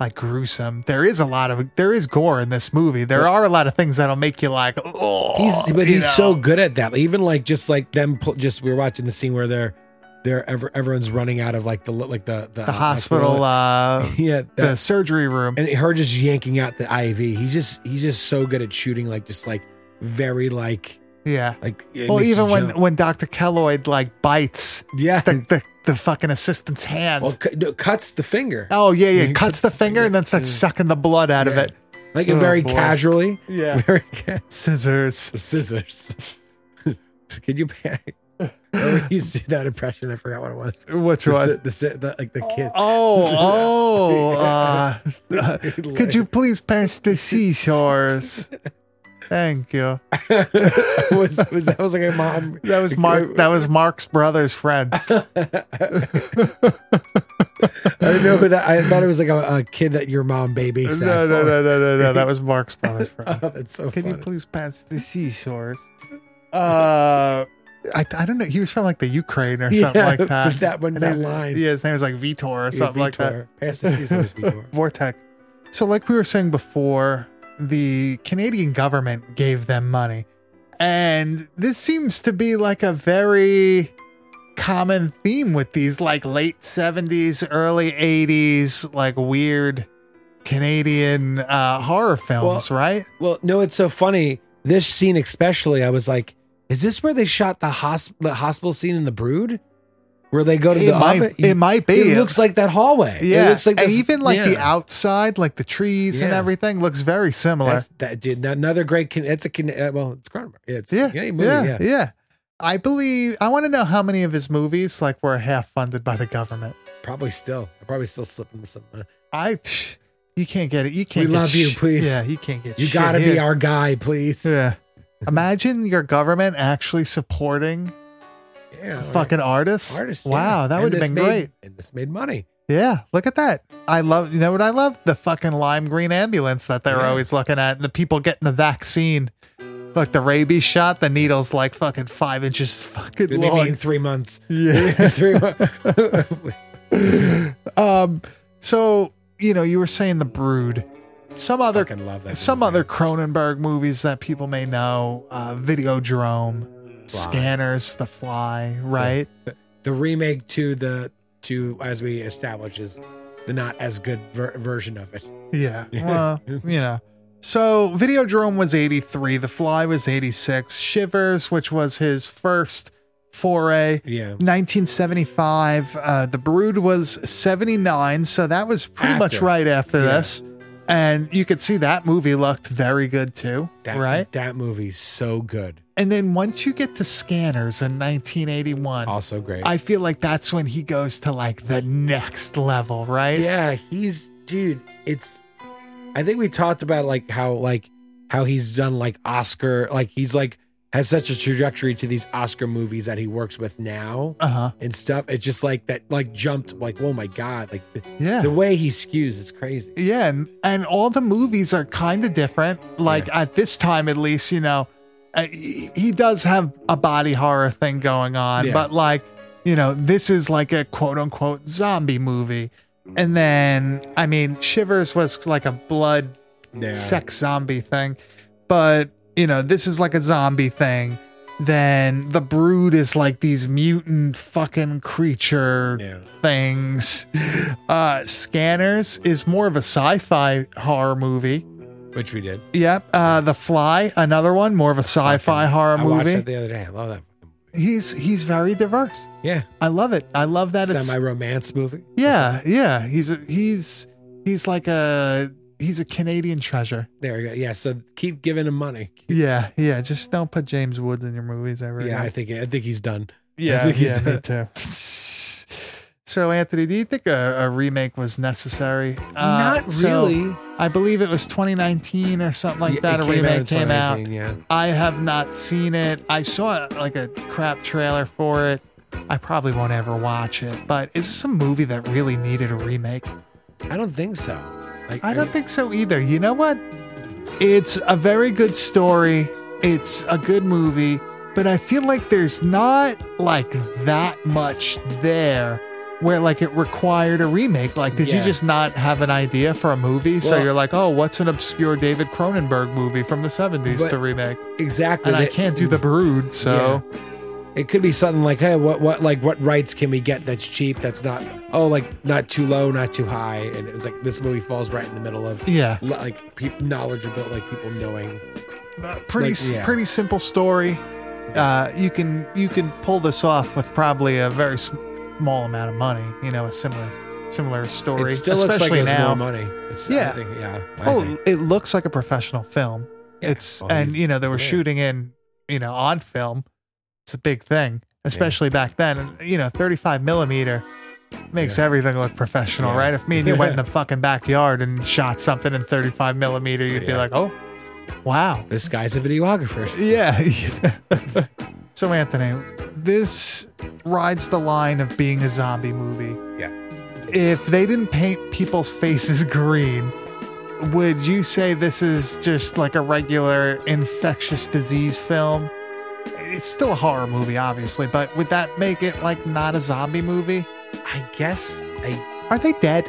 [SPEAKER 1] like gruesome there is a lot of there is gore in this movie there are a lot of things that'll make you like oh
[SPEAKER 2] He's but
[SPEAKER 1] you
[SPEAKER 2] he's
[SPEAKER 1] know?
[SPEAKER 2] so good at that. Even like just like them, pull, just we were watching the scene where they're they're ever, everyone's running out of like the like the the,
[SPEAKER 1] the hospital uh
[SPEAKER 2] yeah, that-
[SPEAKER 1] the surgery room
[SPEAKER 2] and her just yanking out the IV. He's just he's just so good at shooting like just like very like
[SPEAKER 1] yeah
[SPEAKER 2] like. it
[SPEAKER 1] well
[SPEAKER 2] makes you
[SPEAKER 1] even when
[SPEAKER 2] jump.
[SPEAKER 1] when dr kelloyd like bites
[SPEAKER 2] yeah,
[SPEAKER 1] the, the the fucking assistant's hand
[SPEAKER 2] well cu- no, cuts the finger
[SPEAKER 1] Oh yeah,
[SPEAKER 2] Yeah,
[SPEAKER 1] yeah.
[SPEAKER 2] he
[SPEAKER 1] Cuts
[SPEAKER 2] cuts
[SPEAKER 1] the
[SPEAKER 2] the
[SPEAKER 1] finger and then starts
[SPEAKER 2] finger.
[SPEAKER 1] sucking the blood out of
[SPEAKER 2] Yeah.
[SPEAKER 1] it.
[SPEAKER 2] like
[SPEAKER 1] oh,
[SPEAKER 2] very
[SPEAKER 1] boy.
[SPEAKER 2] casually.
[SPEAKER 1] Yeah.
[SPEAKER 2] Very ca-
[SPEAKER 1] Scissors.
[SPEAKER 2] scissors. Can you? Remember he used to do that impression. I forgot what it was.
[SPEAKER 1] Which
[SPEAKER 2] The, si-
[SPEAKER 1] one?
[SPEAKER 2] the, si- the like the kid.
[SPEAKER 1] Oh, oh. uh, uh, could you please pass the seashores? Thank you.
[SPEAKER 2] was, was that was like a mom.
[SPEAKER 1] That was Mark. That was Mark's brother's friend.
[SPEAKER 2] I didn't know who that. I thought it was like a, a kid that your mom baby.
[SPEAKER 1] No, no, no, no, no, no. That was Mark's brother's friend.
[SPEAKER 2] that's so
[SPEAKER 1] Can
[SPEAKER 2] funny.
[SPEAKER 1] you please pass the seashores? Uh, I, I don't know. He was from like the Ukraine or something
[SPEAKER 2] Yeah,
[SPEAKER 1] like that.
[SPEAKER 2] that one- that line.
[SPEAKER 1] Yeah, his name was like Vitor or something like that.
[SPEAKER 2] Pass the scissors, Vitor.
[SPEAKER 1] Vortec. So, like we were saying before, the Canadian government gave them money. And this seems to be like a very common theme with these like late 70s, early 80s, like weird Canadian uh, horror films, right?
[SPEAKER 2] Well, no, it's so funny. This scene, especially, I was like, "Is this where they shot the, hosp- the hospital scene in The Brood, where they go to
[SPEAKER 1] It
[SPEAKER 2] the
[SPEAKER 1] might,
[SPEAKER 2] oven?
[SPEAKER 1] it might be.
[SPEAKER 2] It looks like that hallway.
[SPEAKER 1] yeah.
[SPEAKER 2] it looks like
[SPEAKER 1] and
[SPEAKER 2] this-
[SPEAKER 1] even like the
[SPEAKER 2] yeah.
[SPEAKER 1] outside, like the trees and
[SPEAKER 2] Yeah.
[SPEAKER 1] everything, looks very similar.
[SPEAKER 2] That's, that dude, another great. Can- it's a Can- uh, well, it's Cronenberg. It's
[SPEAKER 1] Yeah,
[SPEAKER 2] a Canadian movie.
[SPEAKER 1] yeah,
[SPEAKER 2] yeah.
[SPEAKER 1] yeah. I believe I want to know how many of his movies like were half funded by the government.
[SPEAKER 2] Probably still. I probably still slip into some. uh,
[SPEAKER 1] I, tch, you can't get it. You can't. get
[SPEAKER 2] love you,
[SPEAKER 1] sh-
[SPEAKER 2] please.
[SPEAKER 1] Yeah, you can't get.
[SPEAKER 2] You
[SPEAKER 1] shit
[SPEAKER 2] gotta be
[SPEAKER 1] here.
[SPEAKER 2] our guy, please.
[SPEAKER 1] Yeah. Imagine your government actually supporting
[SPEAKER 2] Oh, Yeah, all right.
[SPEAKER 1] fucking artists.
[SPEAKER 2] artists.
[SPEAKER 1] Wow,
[SPEAKER 2] yeah.
[SPEAKER 1] that
[SPEAKER 2] And
[SPEAKER 1] would have
[SPEAKER 2] this
[SPEAKER 1] been
[SPEAKER 2] made-
[SPEAKER 1] great.
[SPEAKER 2] And this made money.
[SPEAKER 1] Yeah, look at that. I love. You know what I love? The fucking lime green ambulance that they're
[SPEAKER 2] Yeah.
[SPEAKER 1] always looking at, and the people getting the vaccine. Like the rabies shot, the needle's like fucking five inches fucking
[SPEAKER 2] Didn't even
[SPEAKER 1] long.
[SPEAKER 2] in three months.
[SPEAKER 1] Yeah.
[SPEAKER 2] three months.
[SPEAKER 1] Um, so you know, you were saying the Brood, some other
[SPEAKER 2] Fucking love that.
[SPEAKER 1] some
[SPEAKER 2] movie.
[SPEAKER 1] other Cronenberg movies that people may know, uh, Videodrome,
[SPEAKER 2] Fly.
[SPEAKER 1] Scanners, The Fly, right?
[SPEAKER 2] the remake to the to as we establish is the not as good ver- version of it.
[SPEAKER 1] Yeah. Well, you know. So Videodrome was eighty three, The Fly was eighty six, Shivers, which was his first foray.
[SPEAKER 2] Yeah.
[SPEAKER 1] 1975. Uh, the Brood was 79, so that was pretty much
[SPEAKER 2] After.
[SPEAKER 1] right after
[SPEAKER 2] Yeah.
[SPEAKER 1] this. And you could see that movie looked very good too,
[SPEAKER 2] That,
[SPEAKER 1] right?
[SPEAKER 2] That movie's so good.
[SPEAKER 1] And then once you get to Scanners in 1981,
[SPEAKER 2] Also great.
[SPEAKER 1] I feel like that's when he goes to like the next level, right?
[SPEAKER 2] yeah, he's dude. It's. I think we talked about like how like how he's done like Oscar like he's like has such a trajectory to these Oscar movies that he works with now
[SPEAKER 1] Uh huh.
[SPEAKER 2] and stuff. It's just like that like jumped like oh my god like the,
[SPEAKER 1] Yeah.
[SPEAKER 2] the way he skews is crazy.
[SPEAKER 1] Yeah, and, and all the movies are kind of different. Like at this time, at least, you know, uh, he, he does have a body horror thing going on,
[SPEAKER 2] Yeah.
[SPEAKER 1] but like, you know, this is like a quote unquote zombie movie. And then, I mean, Shivers was like a blood
[SPEAKER 2] Yeah.
[SPEAKER 1] sex zombie thing, but you know, this is like a zombie thing. Then the brood is like these mutant fucking creature
[SPEAKER 2] Yeah.
[SPEAKER 1] things. Uh, Scanners is more of a sci-fi horror movie.
[SPEAKER 2] Which we did.
[SPEAKER 1] Yep. Uh, the Fly, another one, more of a sci-fi horror
[SPEAKER 2] I watched
[SPEAKER 1] movie.
[SPEAKER 2] it the other day. I love that. fucking movie.
[SPEAKER 1] he's he's very diverse.
[SPEAKER 2] Yeah.
[SPEAKER 1] I love it. I love that it's
[SPEAKER 2] Semi romance movie.
[SPEAKER 1] yeah yeah. He's a, he's he's like a he's a Canadian treasure.
[SPEAKER 2] There we go. Yeah. So keep giving him money.
[SPEAKER 1] Yeah, yeah. Just don't put James Woods in your movies ever.
[SPEAKER 2] Yeah, I
[SPEAKER 1] again.
[SPEAKER 2] think I think he's done.
[SPEAKER 1] yeah,
[SPEAKER 2] I think he's-
[SPEAKER 1] yeah. Me too. So, Anthony, do you think a, a remake was necessary? Uh,
[SPEAKER 2] Not
[SPEAKER 1] so
[SPEAKER 2] really.
[SPEAKER 1] I believe it was 2019 or something like
[SPEAKER 2] Yeah,
[SPEAKER 1] that.
[SPEAKER 2] it
[SPEAKER 1] a
[SPEAKER 2] came out in
[SPEAKER 1] remake came out.
[SPEAKER 2] 2019, Yeah.
[SPEAKER 1] I have not seen it. I saw like a crap trailer for it. I probably won't ever watch it. But is this a movie that really needed a remake?
[SPEAKER 2] I don't think so. Like, e-
[SPEAKER 1] I don't think so either. You know what? It's a very good story. It's a good movie, but I feel like there's not like that much there where like it required a remake. Like, did you
[SPEAKER 2] Yeah.
[SPEAKER 1] just not have an idea for a movie? so
[SPEAKER 2] Well-
[SPEAKER 1] you're like, oh, what's an obscure David Cronenberg movie from the 70s to
[SPEAKER 2] But-
[SPEAKER 1] remake?
[SPEAKER 2] exactly.
[SPEAKER 1] And I
[SPEAKER 2] They-
[SPEAKER 1] can't do The Brood, so
[SPEAKER 2] It could be something like, hey, what, what, like, what rights can we get that's cheap? That's not, oh, like, not too low, not too high, and it was like this movie falls right in the middle of,
[SPEAKER 1] yeah,
[SPEAKER 2] li- like, pe- knowledge about like people knowing.
[SPEAKER 1] Uh, pretty
[SPEAKER 2] Like,
[SPEAKER 1] s
[SPEAKER 2] yeah.
[SPEAKER 1] pretty simple story. Uh, you can you can pull this off with probably a very sm- small amount of money. You know, a similar similar story,
[SPEAKER 2] It still looks like
[SPEAKER 1] especially
[SPEAKER 2] there's
[SPEAKER 1] now.
[SPEAKER 2] more money. It's,
[SPEAKER 1] Yeah.
[SPEAKER 2] I think, yeah. I
[SPEAKER 1] Oh,
[SPEAKER 2] think.
[SPEAKER 1] it looks like a professional film.
[SPEAKER 2] Yeah,
[SPEAKER 1] It's
[SPEAKER 2] well,
[SPEAKER 1] and
[SPEAKER 2] he's-
[SPEAKER 1] you know they were
[SPEAKER 2] yeah.
[SPEAKER 1] shooting in you know on film. It's a big thing, especially back then. And you know, thirty five millimeter makes
[SPEAKER 2] Yeah.
[SPEAKER 1] everything look professional,
[SPEAKER 2] Yeah.
[SPEAKER 1] right? If me and you went in the fucking backyard and shot something in thirty five millimeter, you'd be
[SPEAKER 2] Yeah.
[SPEAKER 1] like, oh, wow.
[SPEAKER 2] This guy's a videographer.
[SPEAKER 1] Yeah. so Anthony, this rides the line of being a zombie movie.
[SPEAKER 2] Yeah.
[SPEAKER 1] If they didn't paint people's faces green, would you say this is just like a regular infectious disease film? It's still a horror movie, obviously, but would that make it like not a zombie movie?
[SPEAKER 2] I guess I,
[SPEAKER 1] Are they dead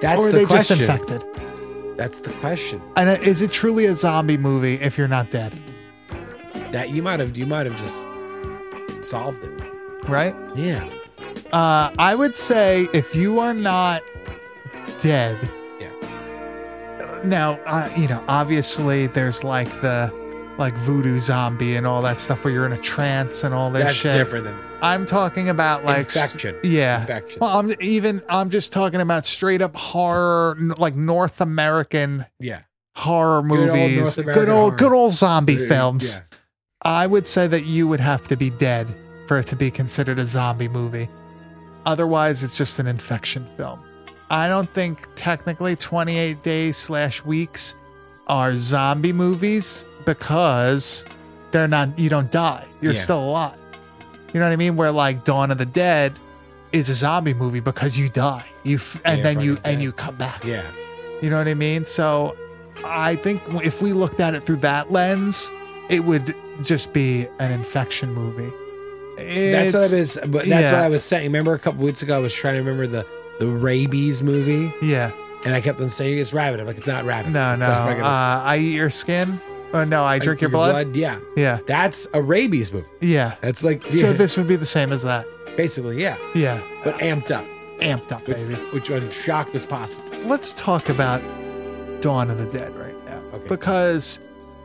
[SPEAKER 2] that's
[SPEAKER 1] or are
[SPEAKER 2] the
[SPEAKER 1] they
[SPEAKER 2] question.
[SPEAKER 1] just infected?
[SPEAKER 2] That's the question.
[SPEAKER 1] And uh, is it truly a zombie movie if you're not dead?
[SPEAKER 2] That you might have, you might have just solved it.
[SPEAKER 1] Right?
[SPEAKER 2] Yeah.
[SPEAKER 1] Uh, I would say if you are not dead.
[SPEAKER 2] Yeah.
[SPEAKER 1] Now, uh, you know, obviously there's like the like voodoo zombie and all that stuff where you're in a trance and all this
[SPEAKER 2] That's
[SPEAKER 1] shit.
[SPEAKER 2] different than
[SPEAKER 1] I'm talking about like s-
[SPEAKER 2] infection.
[SPEAKER 1] Yeah.
[SPEAKER 2] Infection.
[SPEAKER 1] Well, I'm even I'm just talking about straight up horror n- like North American
[SPEAKER 2] yeah.
[SPEAKER 1] horror
[SPEAKER 2] old North
[SPEAKER 1] movies. good
[SPEAKER 2] American
[SPEAKER 1] old
[SPEAKER 2] horror.
[SPEAKER 1] good old zombie films.
[SPEAKER 2] Yeah.
[SPEAKER 1] I would say that you would have to be dead for it to be considered a zombie movie. Otherwise, it's just an infection film. I don't think technically 28 days slash weeks are zombie movies because they're not, you don't die. You're
[SPEAKER 2] Yeah.
[SPEAKER 1] still alive. You know what I mean? Where like Dawn of the Dead is a zombie movie because you die. You f- and
[SPEAKER 2] Yeah,
[SPEAKER 1] then
[SPEAKER 2] right,
[SPEAKER 1] you and
[SPEAKER 2] yeah.
[SPEAKER 1] you come back.
[SPEAKER 2] Yeah.
[SPEAKER 1] You know what I mean? So I think if we looked at it through that lens, it would just be an infection movie.
[SPEAKER 2] That's what
[SPEAKER 1] It's-
[SPEAKER 2] I was. But that's
[SPEAKER 1] yeah.
[SPEAKER 2] what I was saying. Remember a couple weeks ago, I was trying to remember the the rabies movie,
[SPEAKER 1] Yeah.
[SPEAKER 2] and I kept on saying it's rabbit. I'm like, it's not rabbit.
[SPEAKER 1] No,
[SPEAKER 2] It's
[SPEAKER 1] no.
[SPEAKER 2] not fucking-
[SPEAKER 1] Uh, I eat your skin. Or no, I drink your blood.
[SPEAKER 2] Yeah,
[SPEAKER 1] Yeah.
[SPEAKER 2] that's a rabies movie.
[SPEAKER 1] Yeah.
[SPEAKER 2] That's like
[SPEAKER 1] So
[SPEAKER 2] yeah,
[SPEAKER 1] this would be the same as that.
[SPEAKER 2] basically, yeah,
[SPEAKER 1] Yeah.
[SPEAKER 2] but amped up,
[SPEAKER 1] Amped up,
[SPEAKER 2] which,
[SPEAKER 1] baby.
[SPEAKER 2] which I'm shocked was possible.
[SPEAKER 1] Let's talk about Dawn of the Dead right now.
[SPEAKER 2] Okay.
[SPEAKER 1] Because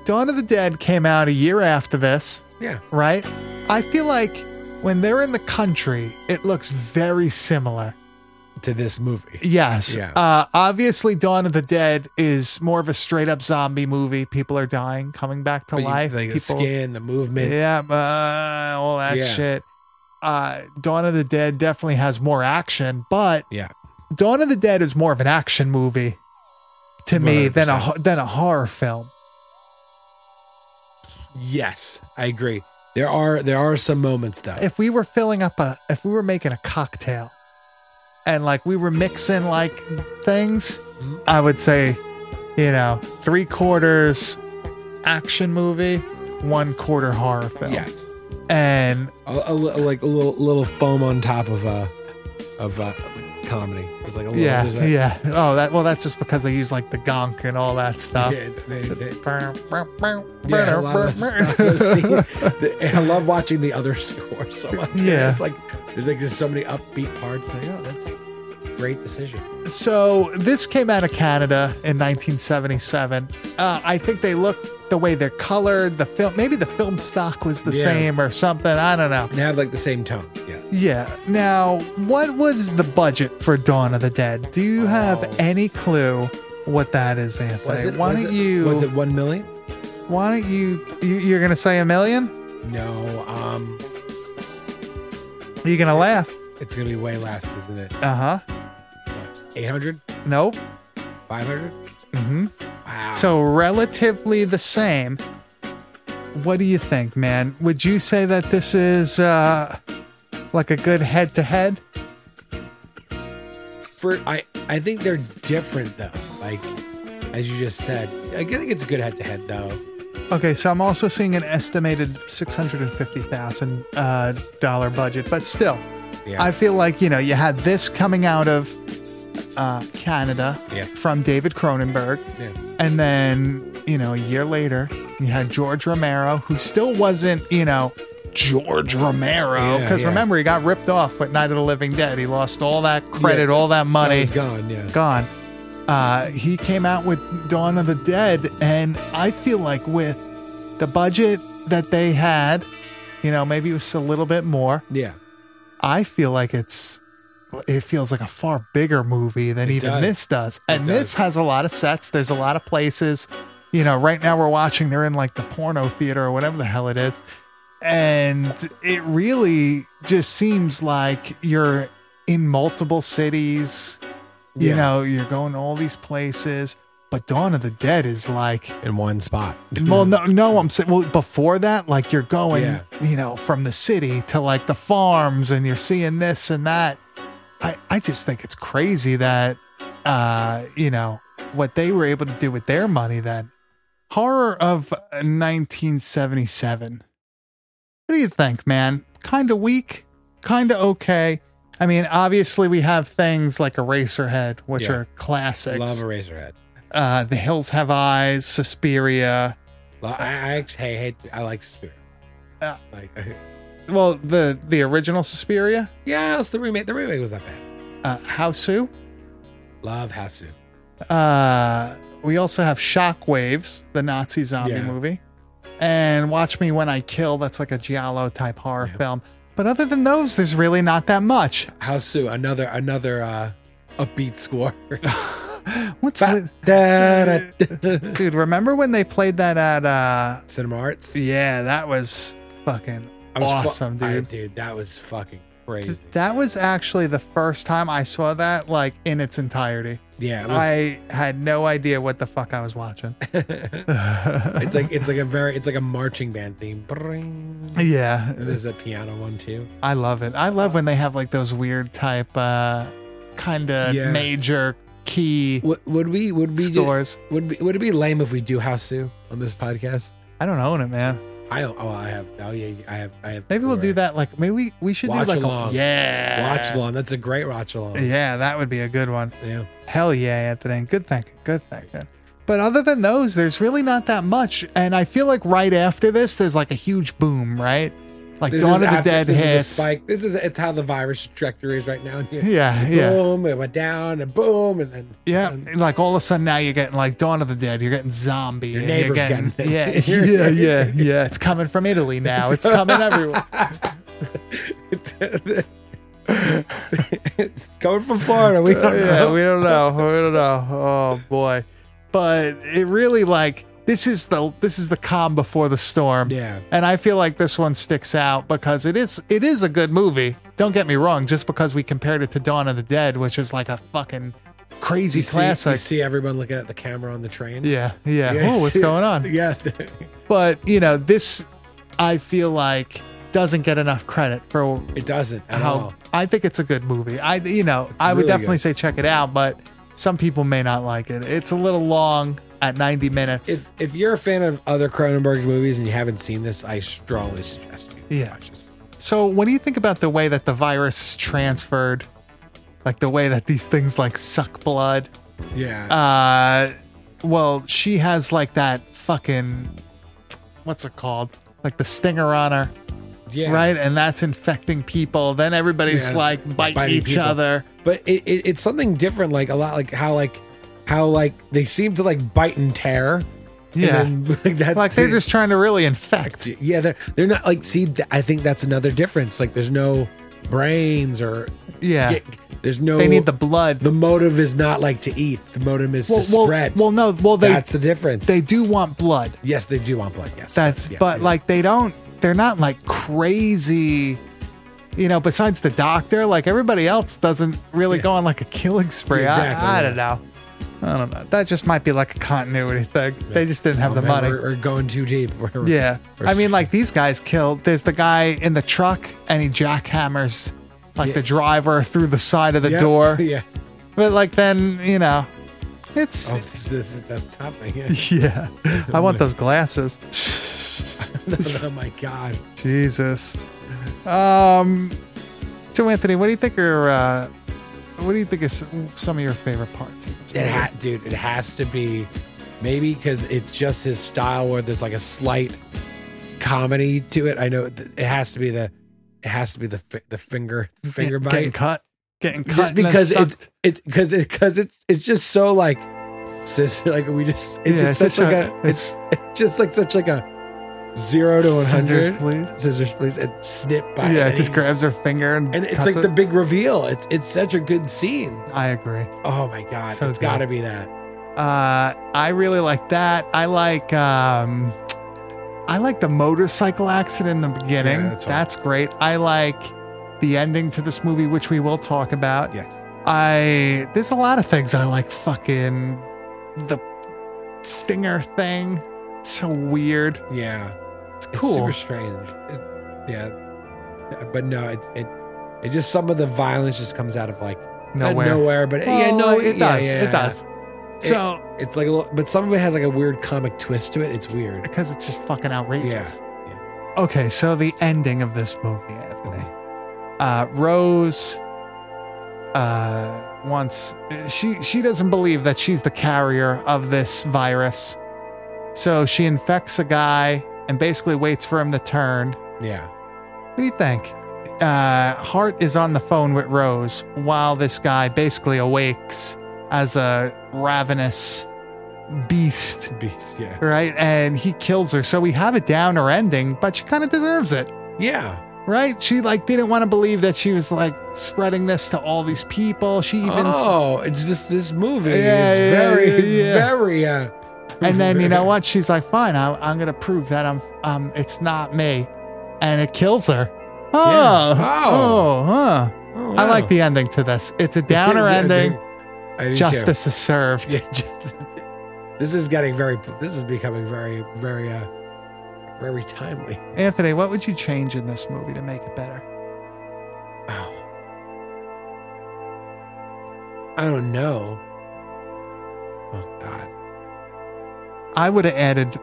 [SPEAKER 1] Dawn of the Dead came out a year after this.
[SPEAKER 2] Yeah,
[SPEAKER 1] right? I feel like when they're in the country, it looks very similar.
[SPEAKER 2] to this movie.
[SPEAKER 1] Yes.
[SPEAKER 2] Yeah.
[SPEAKER 1] Uh, obviously, Dawn of the Dead is more of a straight up zombie movie. People are dying, coming back to
[SPEAKER 2] But you-
[SPEAKER 1] life.
[SPEAKER 2] like the
[SPEAKER 1] People,
[SPEAKER 2] skin, the movement.
[SPEAKER 1] yeah, uh, all that
[SPEAKER 2] Yeah.
[SPEAKER 1] shit. Uh, Dawn of the Dead definitely has more action, but
[SPEAKER 2] Yeah.
[SPEAKER 1] Dawn of the Dead is more of an action movie to me than a ho- than a horror film.
[SPEAKER 2] Yes, I agree. There are there are some moments though.
[SPEAKER 1] if we were filling up a if we were making a cocktail and like we were mixing like things
[SPEAKER 2] Mm-hmm.
[SPEAKER 1] i would say you know three quarters action movie one quarter horror film
[SPEAKER 2] yes.
[SPEAKER 1] and
[SPEAKER 2] A, a li- like a little little foam on top of uh of uh comedy. There's like a little,
[SPEAKER 1] yeah
[SPEAKER 2] there's a-
[SPEAKER 1] yeah oh that well that's just because they use like the gonk and all that stuff
[SPEAKER 2] Yeah, they- they- Yeah, a lot of those-
[SPEAKER 1] yeah,
[SPEAKER 2] those scenes. The- I love watching the other score so much.
[SPEAKER 1] Yeah.
[SPEAKER 2] it's like there's like just so many upbeat parts. Like, oh, that's a great decision.
[SPEAKER 1] so this came out of Canada in 1977. Uh, I think they looked the way they're colored, the film, maybe the film stock was the
[SPEAKER 2] Yeah.
[SPEAKER 1] same or something. I don't know.
[SPEAKER 2] And have like the same tone. Yeah,
[SPEAKER 1] Yeah. Now, what was the budget for Dawn of the Dead? Do you have
[SPEAKER 2] Oh.
[SPEAKER 1] any clue what that is, Anthony? why
[SPEAKER 2] was
[SPEAKER 1] don't
[SPEAKER 2] it-
[SPEAKER 1] you?
[SPEAKER 2] Was it one million?
[SPEAKER 1] why don't you, you? You're gonna say a million?
[SPEAKER 2] No, um,
[SPEAKER 1] You're gonna laugh.
[SPEAKER 2] it's gonna be way less, isn't it?
[SPEAKER 1] Uh huh.
[SPEAKER 2] 800?
[SPEAKER 1] Nope.
[SPEAKER 2] 500?
[SPEAKER 1] Mm-hmm.
[SPEAKER 2] Wow.
[SPEAKER 1] So relatively the same. What do you think, man? Would you say that this is uh, like a good head-to-head?
[SPEAKER 2] for I, I think they're different though. Like as you just said, I think it's a good head to head though.
[SPEAKER 1] Okay, so I'm also seeing an estimated six hundred and fifty thousand uh, dollar budget, but still,
[SPEAKER 2] Yeah.
[SPEAKER 1] I feel like you know you had this coming out of uh, Canada
[SPEAKER 2] Yeah.
[SPEAKER 1] from David Cronenberg,
[SPEAKER 2] Yeah.
[SPEAKER 1] and then you know a year later you had George Romero, who still wasn't you know George Romero
[SPEAKER 2] Yeah,
[SPEAKER 1] because
[SPEAKER 2] yeah.
[SPEAKER 1] remember he got ripped off with Night of the Living Dead. He lost all that credit,
[SPEAKER 2] Yeah.
[SPEAKER 1] all that money,
[SPEAKER 2] It's gone. Yeah.
[SPEAKER 1] gone. Uh, he came out with Dawn of the Dead, and I feel like with the budget that they had, you know, maybe it was a little bit more.
[SPEAKER 2] Yeah.
[SPEAKER 1] I feel like it's it feels like a far bigger movie than even
[SPEAKER 2] does.
[SPEAKER 1] this does. And
[SPEAKER 2] does.
[SPEAKER 1] this has a lot of sets. There's a lot of places. You know, right now we're watching they're in like the porno theater or whatever the hell it is. And it really just seems like you're in multiple cities. You
[SPEAKER 2] Yeah.
[SPEAKER 1] know, you're going to all these places. But Dawn of the Dead is like
[SPEAKER 2] In one spot.
[SPEAKER 1] Mm-hmm. well, no, no, I'm saying, well, before that, like you're going,
[SPEAKER 2] Yeah.
[SPEAKER 1] you know, from the city to like the farms and you're seeing this and that. I, I just think it's crazy that, uh, you know, what they were able to do with their money then. Horror of 1977. What do you think, man? Kind of weak, kind of okay. I mean, obviously, we have things like Eraserhead, which
[SPEAKER 2] Yeah.
[SPEAKER 1] are classics.
[SPEAKER 2] Love a razor head.
[SPEAKER 1] uh, the Hills Have Eyes, Suspiria.
[SPEAKER 2] Lo- I, I actually hey, hate. I like Spirit.
[SPEAKER 1] Uh,
[SPEAKER 2] like,
[SPEAKER 1] Well, the the original Suspiria,
[SPEAKER 2] yeah, it's the remake. The remake was not bad.
[SPEAKER 1] uh, Houseu.
[SPEAKER 2] Love Hasu.
[SPEAKER 1] Uh, we also have Shockwaves, the Nazi zombie
[SPEAKER 2] Yeah.
[SPEAKER 1] movie, and Watch Me When I Kill. That's like a giallo type horror film. But other than those, there's really not that much.
[SPEAKER 2] Hasu, another another uh, upbeat score.
[SPEAKER 1] What's with,
[SPEAKER 2] Da-da-da.
[SPEAKER 1] dude? Remember when they played that at? uh
[SPEAKER 2] Cinema Arts.
[SPEAKER 1] Yeah, that was fucking
[SPEAKER 2] I was fu-
[SPEAKER 1] awesome,
[SPEAKER 2] I-
[SPEAKER 1] dude.
[SPEAKER 2] dude, that was fucking crazy.
[SPEAKER 1] That was actually the first time I saw that like in its entirety.
[SPEAKER 2] yeah, it was,
[SPEAKER 1] I had no idea what the fuck I was watching.
[SPEAKER 2] it's like it's like a very it's like a marching band theme. Bring.
[SPEAKER 1] Yeah,
[SPEAKER 2] And there's a piano one too.
[SPEAKER 1] I love it. I love when they have like those weird type, uh, kind of
[SPEAKER 2] Yeah.
[SPEAKER 1] major key
[SPEAKER 2] Would, would we would we do,
[SPEAKER 1] scores.
[SPEAKER 2] would we, would it be lame if we do Hasu on this podcast?
[SPEAKER 1] I don't own it, man.
[SPEAKER 2] I oh I have oh yeah I have I have
[SPEAKER 1] Maybe we'll do
[SPEAKER 2] Blu-ray.
[SPEAKER 1] that. Like maybe we, we should
[SPEAKER 2] Watch
[SPEAKER 1] do like
[SPEAKER 2] along.
[SPEAKER 1] a yeah
[SPEAKER 2] Watch along. That's a great watch along.
[SPEAKER 1] Yeah, that would be a good one.
[SPEAKER 2] Yeah.
[SPEAKER 1] Hell yeah, Anthony. Good thinking. Good thinking. But other than those, there's really not that much. And I feel like right after this, there's like a huge boom, right? Like
[SPEAKER 2] This
[SPEAKER 1] Dawn of
[SPEAKER 2] is
[SPEAKER 1] the
[SPEAKER 2] after-
[SPEAKER 1] Dead
[SPEAKER 2] this is the
[SPEAKER 1] hits.
[SPEAKER 2] spike. This is it's how the virus trajectory is right now. And you-
[SPEAKER 1] Yeah, yeah.
[SPEAKER 2] Boom, it went down, and boom, and then
[SPEAKER 1] Yeah,
[SPEAKER 2] and
[SPEAKER 1] and, like all of a sudden now you're getting like Dawn of the Dead, you're getting zombie. Your
[SPEAKER 2] neighbor's
[SPEAKER 1] you're
[SPEAKER 2] getting
[SPEAKER 1] yeah,
[SPEAKER 2] it.
[SPEAKER 1] yeah, yeah, yeah. It's coming from Italy now. It's coming everywhere.
[SPEAKER 2] it's, it's coming from Florida. We don't
[SPEAKER 1] Uh, yeah,
[SPEAKER 2] know.
[SPEAKER 1] we don't know. We don't know. Oh boy, but it really like this is the this is the calm before the storm.
[SPEAKER 2] Yeah.
[SPEAKER 1] and I feel like this one sticks out because it is it is a good movie. Don't get me wrong. Just because we compared it to Dawn of the Dead, which is like a fucking crazy
[SPEAKER 2] You see, you
[SPEAKER 1] classic.
[SPEAKER 2] see everyone looking at the camera on the train.
[SPEAKER 1] yeah, yeah.
[SPEAKER 2] You guys
[SPEAKER 1] Oh, what's
[SPEAKER 2] see-
[SPEAKER 1] going on?
[SPEAKER 2] Yeah,
[SPEAKER 1] but you know this i feel like doesn't get enough credit for
[SPEAKER 2] it doesn't at
[SPEAKER 1] how
[SPEAKER 2] all.
[SPEAKER 1] i think it's a good movie i you know i would
[SPEAKER 2] really
[SPEAKER 1] definitely
[SPEAKER 2] good.
[SPEAKER 1] say check it out but some people may not like it it's a little long at 90 minutes
[SPEAKER 2] If if you're a fan of other Cronenberg movies and you haven't seen this, I strongly suggest you
[SPEAKER 1] Yeah.
[SPEAKER 2] watch this.
[SPEAKER 1] so what do you think about the way that the virus is transferred like the way that these things like suck blood
[SPEAKER 2] Yeah.
[SPEAKER 1] uh well she has like that fucking what's it called like the stinger on her
[SPEAKER 2] yeah.
[SPEAKER 1] right? And that's infecting people. Then everybody's
[SPEAKER 2] Yeah,
[SPEAKER 1] like biting,
[SPEAKER 2] biting
[SPEAKER 1] each
[SPEAKER 2] people.
[SPEAKER 1] other.
[SPEAKER 2] but it, it, it's something different like a lot like how like how like they seem to like bite and tear
[SPEAKER 1] Yeah.
[SPEAKER 2] and then, like that's
[SPEAKER 1] like they're just trying to really infect.
[SPEAKER 2] yeah they're they're not like see th- i think that's another difference like there's no brains or
[SPEAKER 1] Yeah.
[SPEAKER 2] get- there's no
[SPEAKER 1] They need the blood.
[SPEAKER 2] the motive is not like to eat the motive is
[SPEAKER 1] well,
[SPEAKER 2] to
[SPEAKER 1] well,
[SPEAKER 2] spread
[SPEAKER 1] well, no, well they
[SPEAKER 2] that's the difference
[SPEAKER 1] they do want blood.
[SPEAKER 2] yes they do want blood yes
[SPEAKER 1] That's
[SPEAKER 2] yes,
[SPEAKER 1] but
[SPEAKER 2] yes.
[SPEAKER 1] like they don't they're not like crazy you know, besides the doctor, like everybody else doesn't really go on like a killing spree. I-
[SPEAKER 2] Exactly,
[SPEAKER 1] I,
[SPEAKER 2] yeah.
[SPEAKER 1] don't know. I don't know. That just might be like a continuity thing. They just didn't have the
[SPEAKER 2] Oh, man,
[SPEAKER 1] money.
[SPEAKER 2] we're, we're going too deep We're-
[SPEAKER 1] Yeah.
[SPEAKER 2] we're-
[SPEAKER 1] I mean, like these guys killed. There's the guy in the truck and he jackhammers like
[SPEAKER 2] Yeah.
[SPEAKER 1] the driver through the side of the
[SPEAKER 2] Yeah,
[SPEAKER 1] door.
[SPEAKER 2] yeah
[SPEAKER 1] But like then, you know, it's.
[SPEAKER 2] oh, this, this is that's topping yeah.
[SPEAKER 1] Yeah. I want those glasses.
[SPEAKER 2] oh my god
[SPEAKER 1] Jesus. Um, so Anthony, what do you think are, uh, what do you think is some of your favorite parts? of this
[SPEAKER 2] It
[SPEAKER 1] movie?
[SPEAKER 2] ha- dude, it has to be maybe because it's just his style where there's like a slight comedy to it. I know th- it has to be the it has to be the fi- the finger finger
[SPEAKER 1] Get-
[SPEAKER 2] bite
[SPEAKER 1] Getting cut. Getting cut.
[SPEAKER 2] just
[SPEAKER 1] and then
[SPEAKER 2] because
[SPEAKER 1] sucked.
[SPEAKER 2] it it because it because it's it's just so like sis like we just it's
[SPEAKER 1] Yeah,
[SPEAKER 2] just
[SPEAKER 1] it's
[SPEAKER 2] such like
[SPEAKER 1] just
[SPEAKER 2] a,
[SPEAKER 1] a-
[SPEAKER 2] it's, it's just like such like a zero to one
[SPEAKER 1] Scissors,
[SPEAKER 2] hundred
[SPEAKER 1] please.
[SPEAKER 2] scissors please and snip by
[SPEAKER 1] Yeah,
[SPEAKER 2] and
[SPEAKER 1] it just
[SPEAKER 2] he's-
[SPEAKER 1] grabs her finger and,
[SPEAKER 2] and it's
[SPEAKER 1] cuts
[SPEAKER 2] like the
[SPEAKER 1] it.
[SPEAKER 2] big reveal it's it's such a good scene
[SPEAKER 1] I agree.
[SPEAKER 2] oh my god
[SPEAKER 1] So
[SPEAKER 2] it's
[SPEAKER 1] good.
[SPEAKER 2] got to be that
[SPEAKER 1] Uh, I really like that. I like um, I like the motorcycle accident in the beginning.
[SPEAKER 2] Yeah,
[SPEAKER 1] that's,
[SPEAKER 2] that's fine.
[SPEAKER 1] great. I like the ending to this movie, which we will talk about.
[SPEAKER 2] yes
[SPEAKER 1] I there's a lot of things I like. Fucking the stinger thing. It's so weird.
[SPEAKER 2] yeah.
[SPEAKER 1] It's
[SPEAKER 2] It's
[SPEAKER 1] cool.
[SPEAKER 2] super strange. It- yeah, but no, it, it it just some of the violence just comes out of like
[SPEAKER 1] Nowhere.
[SPEAKER 2] uh, nowhere. But
[SPEAKER 1] Well,
[SPEAKER 2] yeah, no,
[SPEAKER 1] it
[SPEAKER 2] yeah,
[SPEAKER 1] does.
[SPEAKER 2] yeah.
[SPEAKER 1] It does. So
[SPEAKER 2] It's like a little, but some of it has like a weird comic twist to it. It's weird.
[SPEAKER 1] because it's just fucking outrageous.
[SPEAKER 2] Yeah,
[SPEAKER 1] Okay, so the ending of this movie, Anthony. Uh, Rose uh, wants she she doesn't believe that she's the carrier of this virus, so she infects a guy and basically waits for him to turn.
[SPEAKER 2] Yeah,
[SPEAKER 1] What do you think? Uh, Hart is on the phone with Rose while this guy basically awakes as a ravenous beast
[SPEAKER 2] beast. Yeah,
[SPEAKER 1] right? And he kills her. So we have a downer ending, but she kind of deserves it,
[SPEAKER 2] yeah.
[SPEAKER 1] right? She like didn't want to believe that she was like spreading this to all these people. She even
[SPEAKER 2] oh, it's this this movie.
[SPEAKER 1] Yeah,
[SPEAKER 2] is
[SPEAKER 1] yeah,
[SPEAKER 2] very
[SPEAKER 1] yeah, yeah.
[SPEAKER 2] very. Uh,
[SPEAKER 1] and then you know what? She's like, "Fine, I, I'm going to prove that I'm um it's not me," and it kills her. Oh,
[SPEAKER 2] Wow.
[SPEAKER 1] oh, huh.
[SPEAKER 2] Oh,
[SPEAKER 1] I like
[SPEAKER 2] wow.
[SPEAKER 1] the ending to this. It's a downer
[SPEAKER 2] Yeah,
[SPEAKER 1] ending.
[SPEAKER 2] I do too.
[SPEAKER 1] Justice is served.
[SPEAKER 2] Yeah, just this is getting very. This is becoming very, very, uh, very timely.
[SPEAKER 1] Anthony, what would you change in this movie to make it better?
[SPEAKER 2] Wow. I don't know. Oh God.
[SPEAKER 1] I would have added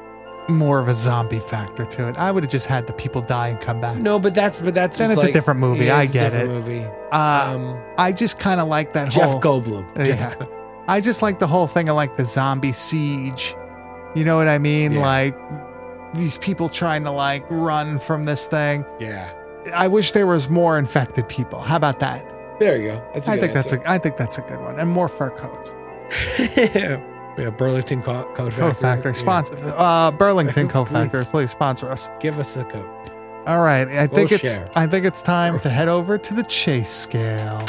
[SPEAKER 1] more of a zombie factor to it. I would have just had the people die and come back.
[SPEAKER 2] No, but that's but that's
[SPEAKER 1] Then
[SPEAKER 2] what's
[SPEAKER 1] it's a
[SPEAKER 2] like-
[SPEAKER 1] different movie.
[SPEAKER 2] Yeah,
[SPEAKER 1] I
[SPEAKER 2] it's a
[SPEAKER 1] get
[SPEAKER 2] different Movie.
[SPEAKER 1] Uh,
[SPEAKER 2] Um,
[SPEAKER 1] I just kind of like that
[SPEAKER 2] Jeff
[SPEAKER 1] whole.
[SPEAKER 2] Goldblum.
[SPEAKER 1] Yeah.
[SPEAKER 2] Jeff-
[SPEAKER 1] I just like the whole thing of like the zombie siege. You know what I mean?
[SPEAKER 2] Yeah.
[SPEAKER 1] Like these people trying to like run from this thing.
[SPEAKER 2] Yeah.
[SPEAKER 1] I wish there was more infected people. How about that?
[SPEAKER 2] There you go. That's a
[SPEAKER 1] I
[SPEAKER 2] good
[SPEAKER 1] think
[SPEAKER 2] answer.
[SPEAKER 1] that's a I think that's a good one. And more fur coats.
[SPEAKER 2] yeah, Burlington Co- Coat
[SPEAKER 1] Co Factory
[SPEAKER 2] Factory. Yeah.
[SPEAKER 1] sponsor uh Burlington Co Factory,
[SPEAKER 2] Please.
[SPEAKER 1] please sponsor us.
[SPEAKER 2] Give us a coat.
[SPEAKER 1] All right, I think it's
[SPEAKER 2] share.
[SPEAKER 1] I think it's time to head over to the chase scale.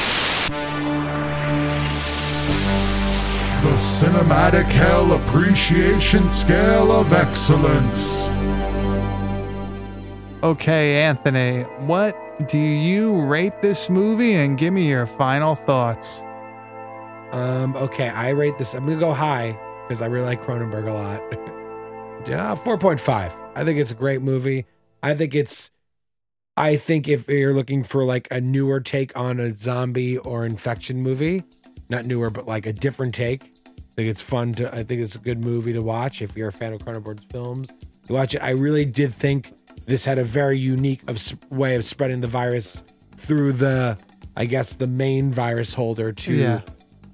[SPEAKER 7] The Cinematic Hell Appreciation Scale of Excellence.
[SPEAKER 1] Okay, Anthony, what do you rate this movie and give me your final thoughts?
[SPEAKER 2] Um, okay, I rate this. I'm gonna go high because I really like Cronenberg a lot. yeah, four point five. I think it's a great movie. I think it's. I think if you're looking for like a newer take on a zombie or infection movie, not newer but like a different take, I think it's fun to. I think it's a good movie to watch if you're a fan of Cronenberg's films. To watch it, I really did think this had a very unique of s- way of spreading the virus through the, I guess, the main virus holder to
[SPEAKER 1] Yeah.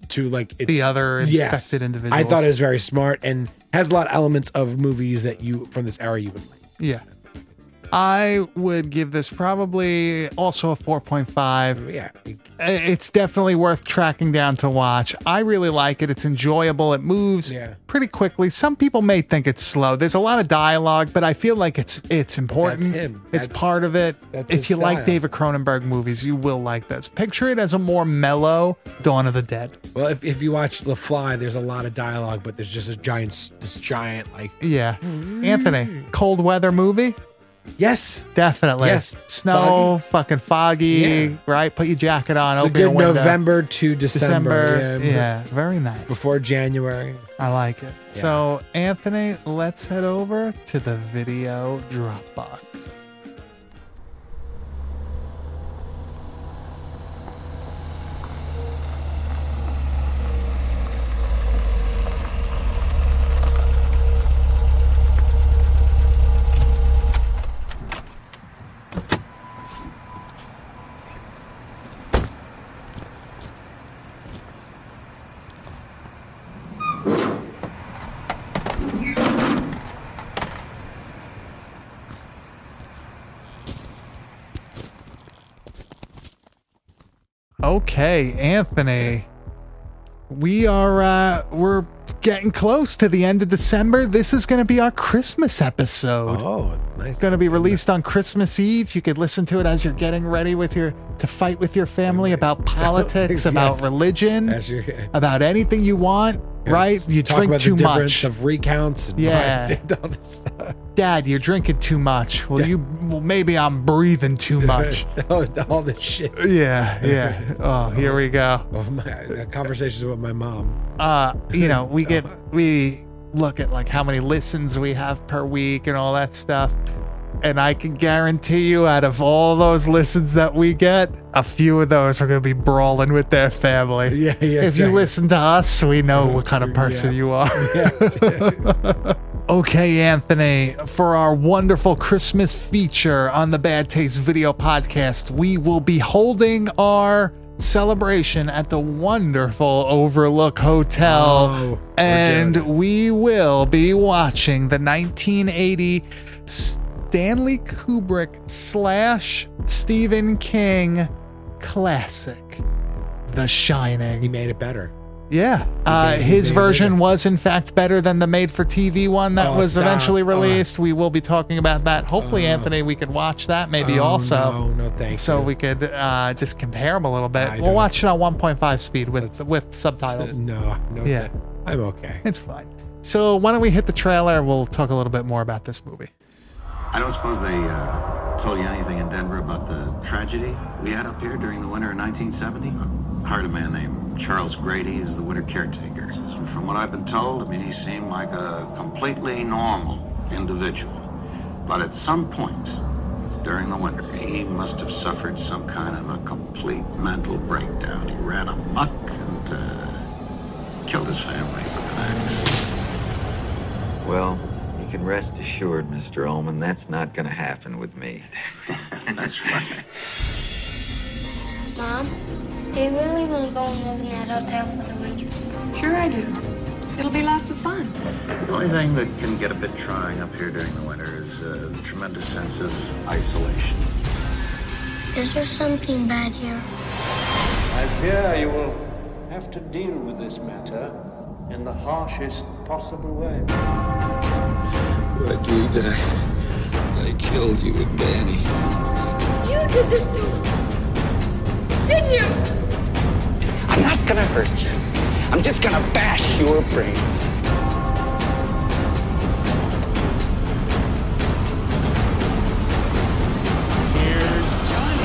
[SPEAKER 2] to like it's,
[SPEAKER 1] The other
[SPEAKER 2] Yes.
[SPEAKER 1] infected individuals.
[SPEAKER 2] I thought it was very smart and has a lot of elements of movies that you from this era you would like.
[SPEAKER 1] Yeah. I would give this probably also a 4.5.
[SPEAKER 2] Yeah,
[SPEAKER 1] I- It's definitely worth tracking down to watch. I really like it. It's enjoyable. It moves
[SPEAKER 2] Yeah.
[SPEAKER 1] pretty quickly. Some people may think it's slow. There's a lot of dialogue, but I feel like it's it's important.
[SPEAKER 2] him.
[SPEAKER 1] It's
[SPEAKER 2] That's-
[SPEAKER 1] part of it.
[SPEAKER 2] that's
[SPEAKER 1] If
[SPEAKER 2] his
[SPEAKER 1] you like
[SPEAKER 2] style.
[SPEAKER 1] David Cronenberg movies, you will like this. Picture it as a more mellow Dawn of the Dead.
[SPEAKER 2] Well, if, if you watch The Fly, there's a lot of dialogue, but there's just a giant, s- this giant like
[SPEAKER 1] Yeah. Anthony, cold weather movie?
[SPEAKER 2] yes,
[SPEAKER 1] Definitely.
[SPEAKER 2] Yes.
[SPEAKER 1] Snow, fucking foggy,
[SPEAKER 2] Yeah.
[SPEAKER 1] right? Put your jacket on,
[SPEAKER 2] it's a
[SPEAKER 1] open your
[SPEAKER 2] good
[SPEAKER 1] window.
[SPEAKER 2] November to December,
[SPEAKER 1] December.
[SPEAKER 2] yeah,
[SPEAKER 1] yeah, very nice.
[SPEAKER 2] before January.
[SPEAKER 1] I like it. So, Anthony, let's head over to the video Dropbox. Okay, Anthony. We are uh we're getting close to the end of December. This is going to be our Christmas episode.
[SPEAKER 2] Oh, nice.
[SPEAKER 1] It's going to be released on Christmas Eve. You could listen to it as you're getting ready with your to fight with your family about politics,
[SPEAKER 2] Yes.
[SPEAKER 1] about religion,
[SPEAKER 2] As you- yeah,
[SPEAKER 1] about anything you want, right? You
[SPEAKER 2] talk
[SPEAKER 1] drink
[SPEAKER 2] about
[SPEAKER 1] too
[SPEAKER 2] the
[SPEAKER 1] much.
[SPEAKER 2] difference of recounts. And
[SPEAKER 1] Yeah.
[SPEAKER 2] all this stuff.
[SPEAKER 1] Dad, you're drinking too much. Well, you well, maybe I'm breathing too much.
[SPEAKER 2] all, Oh, all this shit.
[SPEAKER 1] yeah, yeah. Oh, here we go.
[SPEAKER 2] Well, my, conversations with my mom.
[SPEAKER 1] Uh, you know, we get we look at like how many listens we have per week and all that stuff. And I can guarantee you, out of all those listens that we get, a few of those are going to be brawling with their family.
[SPEAKER 2] Yeah, yeah.
[SPEAKER 1] if you
[SPEAKER 2] exactly.
[SPEAKER 1] listen to us, we know what kind of person
[SPEAKER 2] Yeah.
[SPEAKER 1] you are.
[SPEAKER 2] Yeah.
[SPEAKER 1] Okay, Anthony, for our wonderful Christmas feature on the Bad Taste Video Podcast, we will be holding our celebration at the wonderful Overlook Hotel.
[SPEAKER 2] Oh, we're
[SPEAKER 1] and
[SPEAKER 2] doing
[SPEAKER 1] we will be watching the 1980 Stanley Kubrick slash Stephen King classic, The Shining.
[SPEAKER 2] he made it better.
[SPEAKER 1] Yeah. Uh,
[SPEAKER 2] made- he
[SPEAKER 1] his
[SPEAKER 2] made
[SPEAKER 1] version
[SPEAKER 2] it.
[SPEAKER 1] was, in fact, better than the made for TV one that
[SPEAKER 2] Oh,
[SPEAKER 1] was
[SPEAKER 2] stop.
[SPEAKER 1] eventually
[SPEAKER 2] Uh.
[SPEAKER 1] released. we will be talking about that. Hopefully, Anthony, we could watch that maybe
[SPEAKER 2] Oh,
[SPEAKER 1] also.
[SPEAKER 2] No, no, thanks.
[SPEAKER 1] So we could uh, just compare them a little bit.
[SPEAKER 2] I
[SPEAKER 1] we'll
[SPEAKER 2] don't-
[SPEAKER 1] watch it on 1.5 speed with
[SPEAKER 2] Let's-
[SPEAKER 1] with subtitles.
[SPEAKER 2] No, no.
[SPEAKER 1] Yeah.
[SPEAKER 2] Yeah. I'm okay.
[SPEAKER 1] It's fine. So why don't we hit the trailer? We'll talk a little bit more about this movie.
[SPEAKER 9] I don't suppose they uh, told you anything in Denver about the tragedy we had up here during the winter of 1970? I heard a man named Charles Grady is the winter caretaker. And from what I've been told, I mean, he seemed like a completely normal individual. But at some point during the winter, he must have suffered some kind of a complete mental breakdown. He ran amok and uh, killed his family with an axe.
[SPEAKER 10] Well, you can rest assured, Mr. Ullman, that's not going to happen with me.
[SPEAKER 9] That's right.
[SPEAKER 4] Mom, do you really want to go and live in that hotel for the winter?
[SPEAKER 11] Sure I do. It'll be lots of fun.
[SPEAKER 9] The only thing that can get a bit trying up here during the winter is uh, the tremendous sense of isolation.
[SPEAKER 4] Is there something bad here?
[SPEAKER 12] I fear you will have to deal with this matter in the harshest possible way.
[SPEAKER 13] I believe that I, I killed you and Danny.
[SPEAKER 11] You did this to Didn't you?
[SPEAKER 14] I'm not gonna hurt you. I'm just gonna bash your brains.
[SPEAKER 12] Here's Johnny.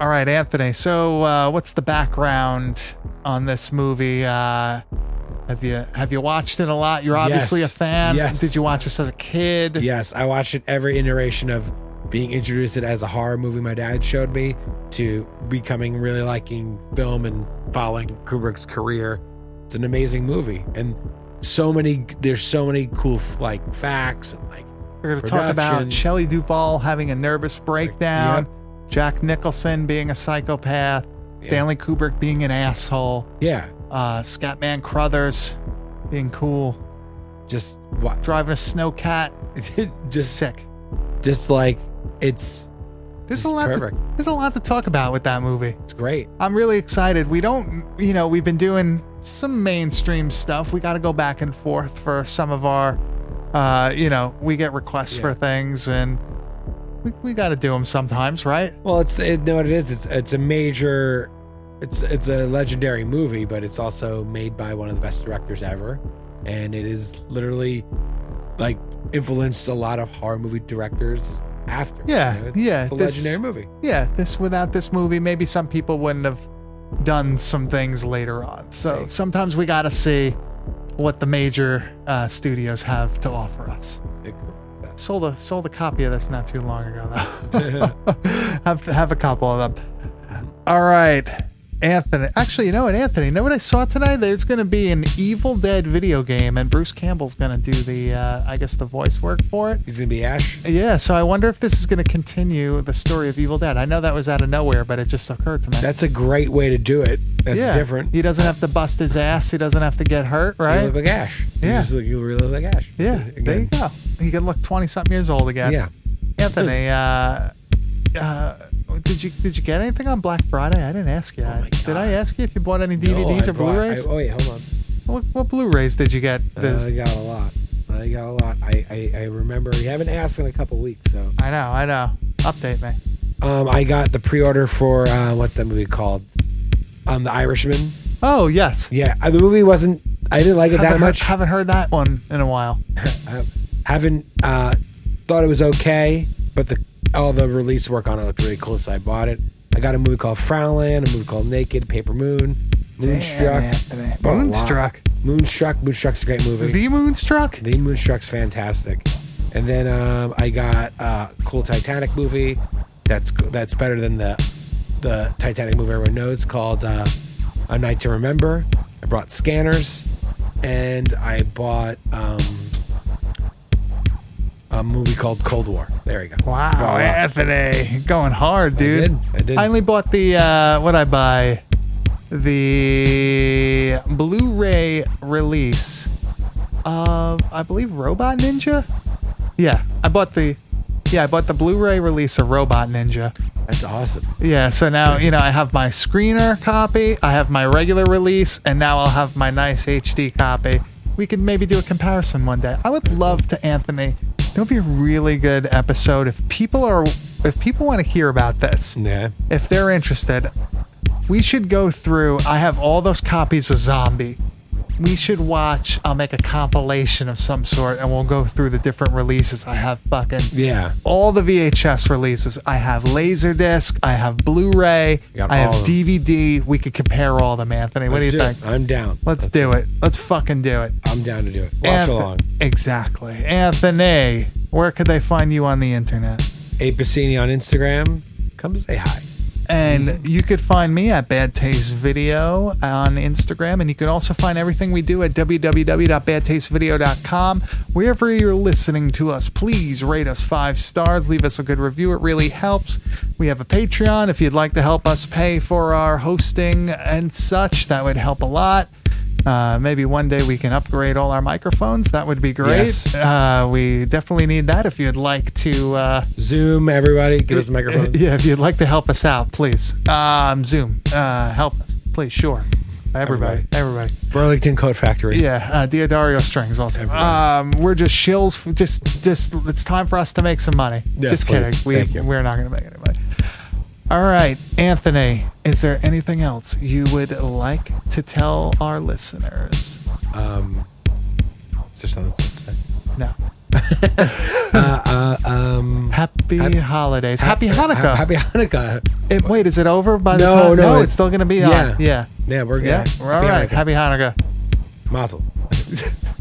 [SPEAKER 1] All right, Anthony. So, uh, what's the background on this movie? Uh, have you have you watched it a lot? You're obviously
[SPEAKER 2] Yes.
[SPEAKER 1] a fan.
[SPEAKER 2] Yes.
[SPEAKER 1] Did you watch this as a kid?
[SPEAKER 2] Yes, I watched it every iteration of being introduced to it as a horror movie my dad showed me to becoming really liking film and following Kubrick's career. It's an amazing movie and so many there's so many cool like facts and like
[SPEAKER 1] We're going to talk about
[SPEAKER 2] production.
[SPEAKER 1] Shelley Duvall having a nervous breakdown, Jack Nicholson being a psychopath, Stanley Kubrick being an asshole,
[SPEAKER 2] yeah,
[SPEAKER 1] uh, Scatman Crothers being cool,
[SPEAKER 2] just what
[SPEAKER 1] driving a snowcat,
[SPEAKER 2] just
[SPEAKER 1] sick,
[SPEAKER 2] just like it's
[SPEAKER 1] There's
[SPEAKER 2] it's
[SPEAKER 1] a lot. To,
[SPEAKER 2] perfect.
[SPEAKER 1] there's a lot to talk about with that movie.
[SPEAKER 2] It's great.
[SPEAKER 1] I'm really excited. We don't, you know, we've been doing some mainstream stuff. We got to go back and forth for some of our, uh, you know, we get requests for things and we, we got to do them sometimes, right?
[SPEAKER 2] Well, it's it, no, what it is. It's it's a major, it's it's a legendary movie, but it's also made by one of the best directors ever, and it is literally like influenced a lot of horror movie directors after.
[SPEAKER 1] Yeah,
[SPEAKER 2] you know? it's,
[SPEAKER 1] yeah.
[SPEAKER 2] It's a
[SPEAKER 1] this-
[SPEAKER 2] legendary movie.
[SPEAKER 1] Yeah, this without this movie, maybe some people wouldn't have done some things later on. So sometimes we got to see what the major uh, studios have to offer us. Sold a sold a copy of this not too long ago though. have have a couple of them. All right. Anthony, actually, you know what, Anthony? You know what I saw tonight? There's going to be an Evil Dead video game, and Bruce Campbell's going to do the, uh, I guess, the voice work for it.
[SPEAKER 2] He's gonna be Ash.
[SPEAKER 1] Yeah, so I wonder if this is going to continue the story of Evil Dead. I know that was out of nowhere, but it just occurred to me.
[SPEAKER 2] That's a great way to do it. That's
[SPEAKER 1] Yeah.
[SPEAKER 2] different.
[SPEAKER 1] He doesn't have to bust his ass. He doesn't have to get hurt, right?
[SPEAKER 2] You look like Ash.
[SPEAKER 1] Yeah.
[SPEAKER 2] You, just look, you really look like Ash.
[SPEAKER 1] Yeah, there you
[SPEAKER 2] Oh,
[SPEAKER 1] go. He can look twenty something years old again.
[SPEAKER 2] Yeah.
[SPEAKER 1] Anthony, uh, uh, did you did you get anything on Black Friday? I didn't ask you. did I ask you if you bought any
[SPEAKER 2] Oh No,
[SPEAKER 1] DVDs
[SPEAKER 2] I
[SPEAKER 1] or
[SPEAKER 2] bought- Uh,
[SPEAKER 1] Blu-rays?
[SPEAKER 2] I- oh yeah, hold on.
[SPEAKER 1] What, what Blu-rays did you get? This-
[SPEAKER 2] I got a lot. I got a lot. I, I, I remember. You haven't asked in a couple weeks, so.
[SPEAKER 1] I know. I know. Update me.
[SPEAKER 2] Um, I got the pre-order for uh, what's that movie called? Um, The Irishman.
[SPEAKER 1] Oh yes.
[SPEAKER 2] Yeah, uh, the movie wasn't. I didn't like it
[SPEAKER 1] Haven't heard-
[SPEAKER 2] that much.
[SPEAKER 1] haven't heard that one in a while.
[SPEAKER 2] I haven't uh, thought it was okay, but the all the release work on it looked really cool, so I bought it. I got a movie called Frownland, a movie called Naked, Paper Moon, Moonstruck. Bought a lot.
[SPEAKER 1] Moonstruck.
[SPEAKER 2] Moonstruck. Moonstruck's a great movie.
[SPEAKER 1] The Moonstruck.
[SPEAKER 2] The Moonstruck's fantastic. And then um, I got uh, cool Titanic movie. That's that's better than the the Titanic movie everyone knows called uh, A Night to Remember. I brought Scanners, and I bought um, a movie called Cold War. There we go.
[SPEAKER 1] Wow,
[SPEAKER 2] Brought a lot.
[SPEAKER 1] Oh, Anthony, going hard, dude.
[SPEAKER 2] did, I did.
[SPEAKER 1] only bought the uh, what I buy, the Blu-ray release of I believe Robot Ninja. Yeah, I bought the yeah I bought the Blu-ray release of Robot Ninja.
[SPEAKER 2] That's awesome.
[SPEAKER 1] Yeah, so now you know I have my screener copy, I have my regular release, and now I'll have my nice HD copy. We could maybe do a comparison one day. I would love to, Anthony. It would be a really good episode if people are if people want to hear about this.
[SPEAKER 2] Yeah.
[SPEAKER 1] If they're interested, we should go through. I have all those copies of Zombie. We should watch. I'll make a compilation of some sort, and we'll go through the different releases. I have fucking
[SPEAKER 2] Yeah.
[SPEAKER 1] all the VHS releases. I have Laserdisc. I have Blu-ray.
[SPEAKER 2] You got
[SPEAKER 1] I have
[SPEAKER 2] all of them.
[SPEAKER 1] DVD. We could compare all of them, Anthony. What
[SPEAKER 2] Let's
[SPEAKER 1] do you
[SPEAKER 2] do it.
[SPEAKER 1] think?
[SPEAKER 2] I'm down.
[SPEAKER 1] Let's do it. Let's fucking do it.
[SPEAKER 2] I'm down to do it. Watch
[SPEAKER 1] Anth-
[SPEAKER 2] along.
[SPEAKER 1] Exactly. Anthony, where could they find you on the internet?
[SPEAKER 2] A Pacini on Instagram. Come say hi.
[SPEAKER 1] And you could find me at Bad Taste Video on Instagram. And you can also find everything we do at www.badtastevideo.com. Wherever you're listening to us, please rate us five stars. Leave us a good review. It really helps. We have a Patreon if you'd like to help us pay for our hosting and such. That would help a lot. Uh, maybe one day we can upgrade all our microphones. That would be great.
[SPEAKER 2] Yes.
[SPEAKER 1] Uh, we definitely need that. If you'd like to uh,
[SPEAKER 2] Zoom, everybody, give us a microphone.
[SPEAKER 1] yeah, if you'd like to help us out, please. Um, Zoom, uh, help us, please. Sure, everybody, everybody.
[SPEAKER 2] Burlington Coat Factory.
[SPEAKER 1] Yeah, uh, Diodario strings also. Um, we're just shills. For just, just it's time for us to make some money.
[SPEAKER 2] Yes,
[SPEAKER 1] just kidding.
[SPEAKER 2] please.
[SPEAKER 1] We
[SPEAKER 2] Thank you.
[SPEAKER 1] we're not going to make any money. All right, Anthony. Is there anything else you would like to tell our listeners?
[SPEAKER 2] Um, is there something else to say?
[SPEAKER 1] No.
[SPEAKER 2] uh, uh, um, uh,
[SPEAKER 1] happy holidays. Happy Hanukkah.
[SPEAKER 2] Happy Hanukkah.
[SPEAKER 1] It, wait, is it over by the
[SPEAKER 2] No,
[SPEAKER 1] time?
[SPEAKER 2] no,
[SPEAKER 1] it's,
[SPEAKER 2] it's-
[SPEAKER 1] still going to be
[SPEAKER 2] yeah.
[SPEAKER 1] on. Yeah.
[SPEAKER 2] Yeah, we're good.
[SPEAKER 1] Yeah, we're all
[SPEAKER 2] Happy
[SPEAKER 1] right.
[SPEAKER 2] Hanukkah.
[SPEAKER 1] Happy Hanukkah.
[SPEAKER 2] Mazel.